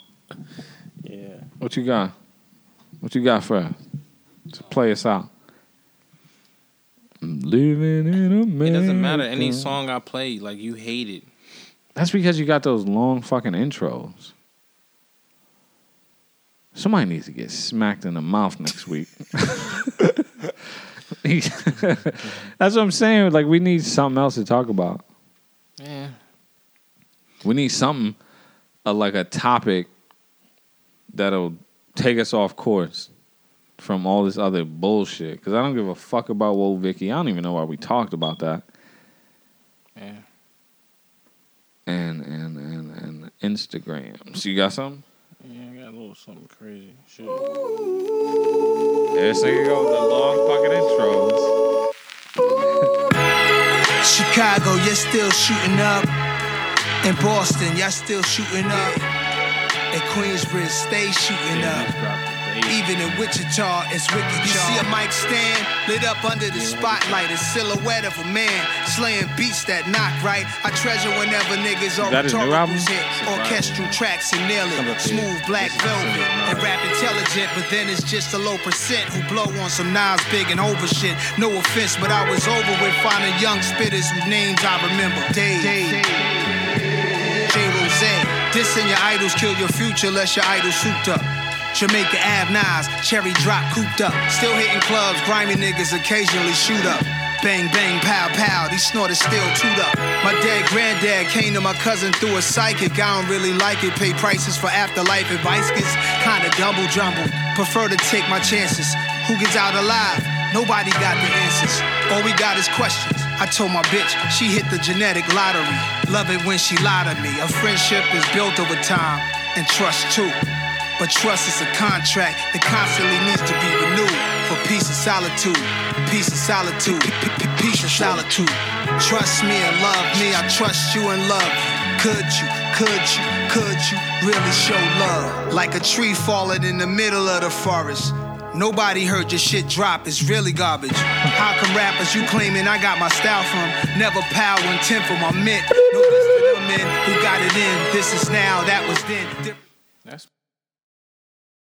yeah. What you got? What you got for us? To play us out. I'm living in America. It doesn't matter. Any song I play, like you hate it. That's because you got those long fucking intros. Somebody needs to get smacked in the mouth *laughs* next week. *laughs* That's what I'm saying. Like we need something else to talk about. Yeah. We need something uh, like a topic that'll take us off course from all this other bullshit. Because I don't give a fuck about Woe Vicky. I don't even know why we talked about that. Yeah. And and and and Instagram. So you got something? Yeah, I got a little something crazy. Shit. Yes, there you go. The long fucking intros. Chicago, you're still shooting up. In Boston, y'all still shooting up. And Queensbridge stay shooting up. Even in Wichita, it's wicked. You see a mic stand lit up under the spotlight, a silhouette of a man slaying beats that knock right. I treasure whenever niggas on that his new album? hit orchestral tracks and nail it. Smooth black velvet and rap intelligent, but then it's just a low percent who blow on some Nas big and over shit. No offense, but I was over with finding young spitters whose names I remember. Dave. J. Rose. Dissing your idols kill your future unless your idol's souped up. Jamaica Ave Nas, cherry drop cooped up. Still hitting clubs, grimy niggas occasionally shoot up. Bang, bang, pow, pow, these snorters still toot up. My dead granddad came to my cousin through a psychic. I don't really like it, pay prices for afterlife advice gets kinda double jumbled. Prefer to take my chances. Who gets out alive? Nobody got the answers. Oh, All we got is questions. I told my bitch she hit the genetic lottery. Love it when she lied to me. A friendship is built over time and trust too. But trust is a contract that constantly needs to be renewed for peace and solitude. Peace and solitude. oh. P- p- Peace and solitude. Trust me and love me. I trust you and love you. Could you, could you, could you really show love? Like a tree falling in the middle of the forest. Nobody heard your shit drop, it's really garbage. How come rappers you claiming I got my style from? Never power and ten for my mint. No list of them men who got it in. This is now, that was then. That's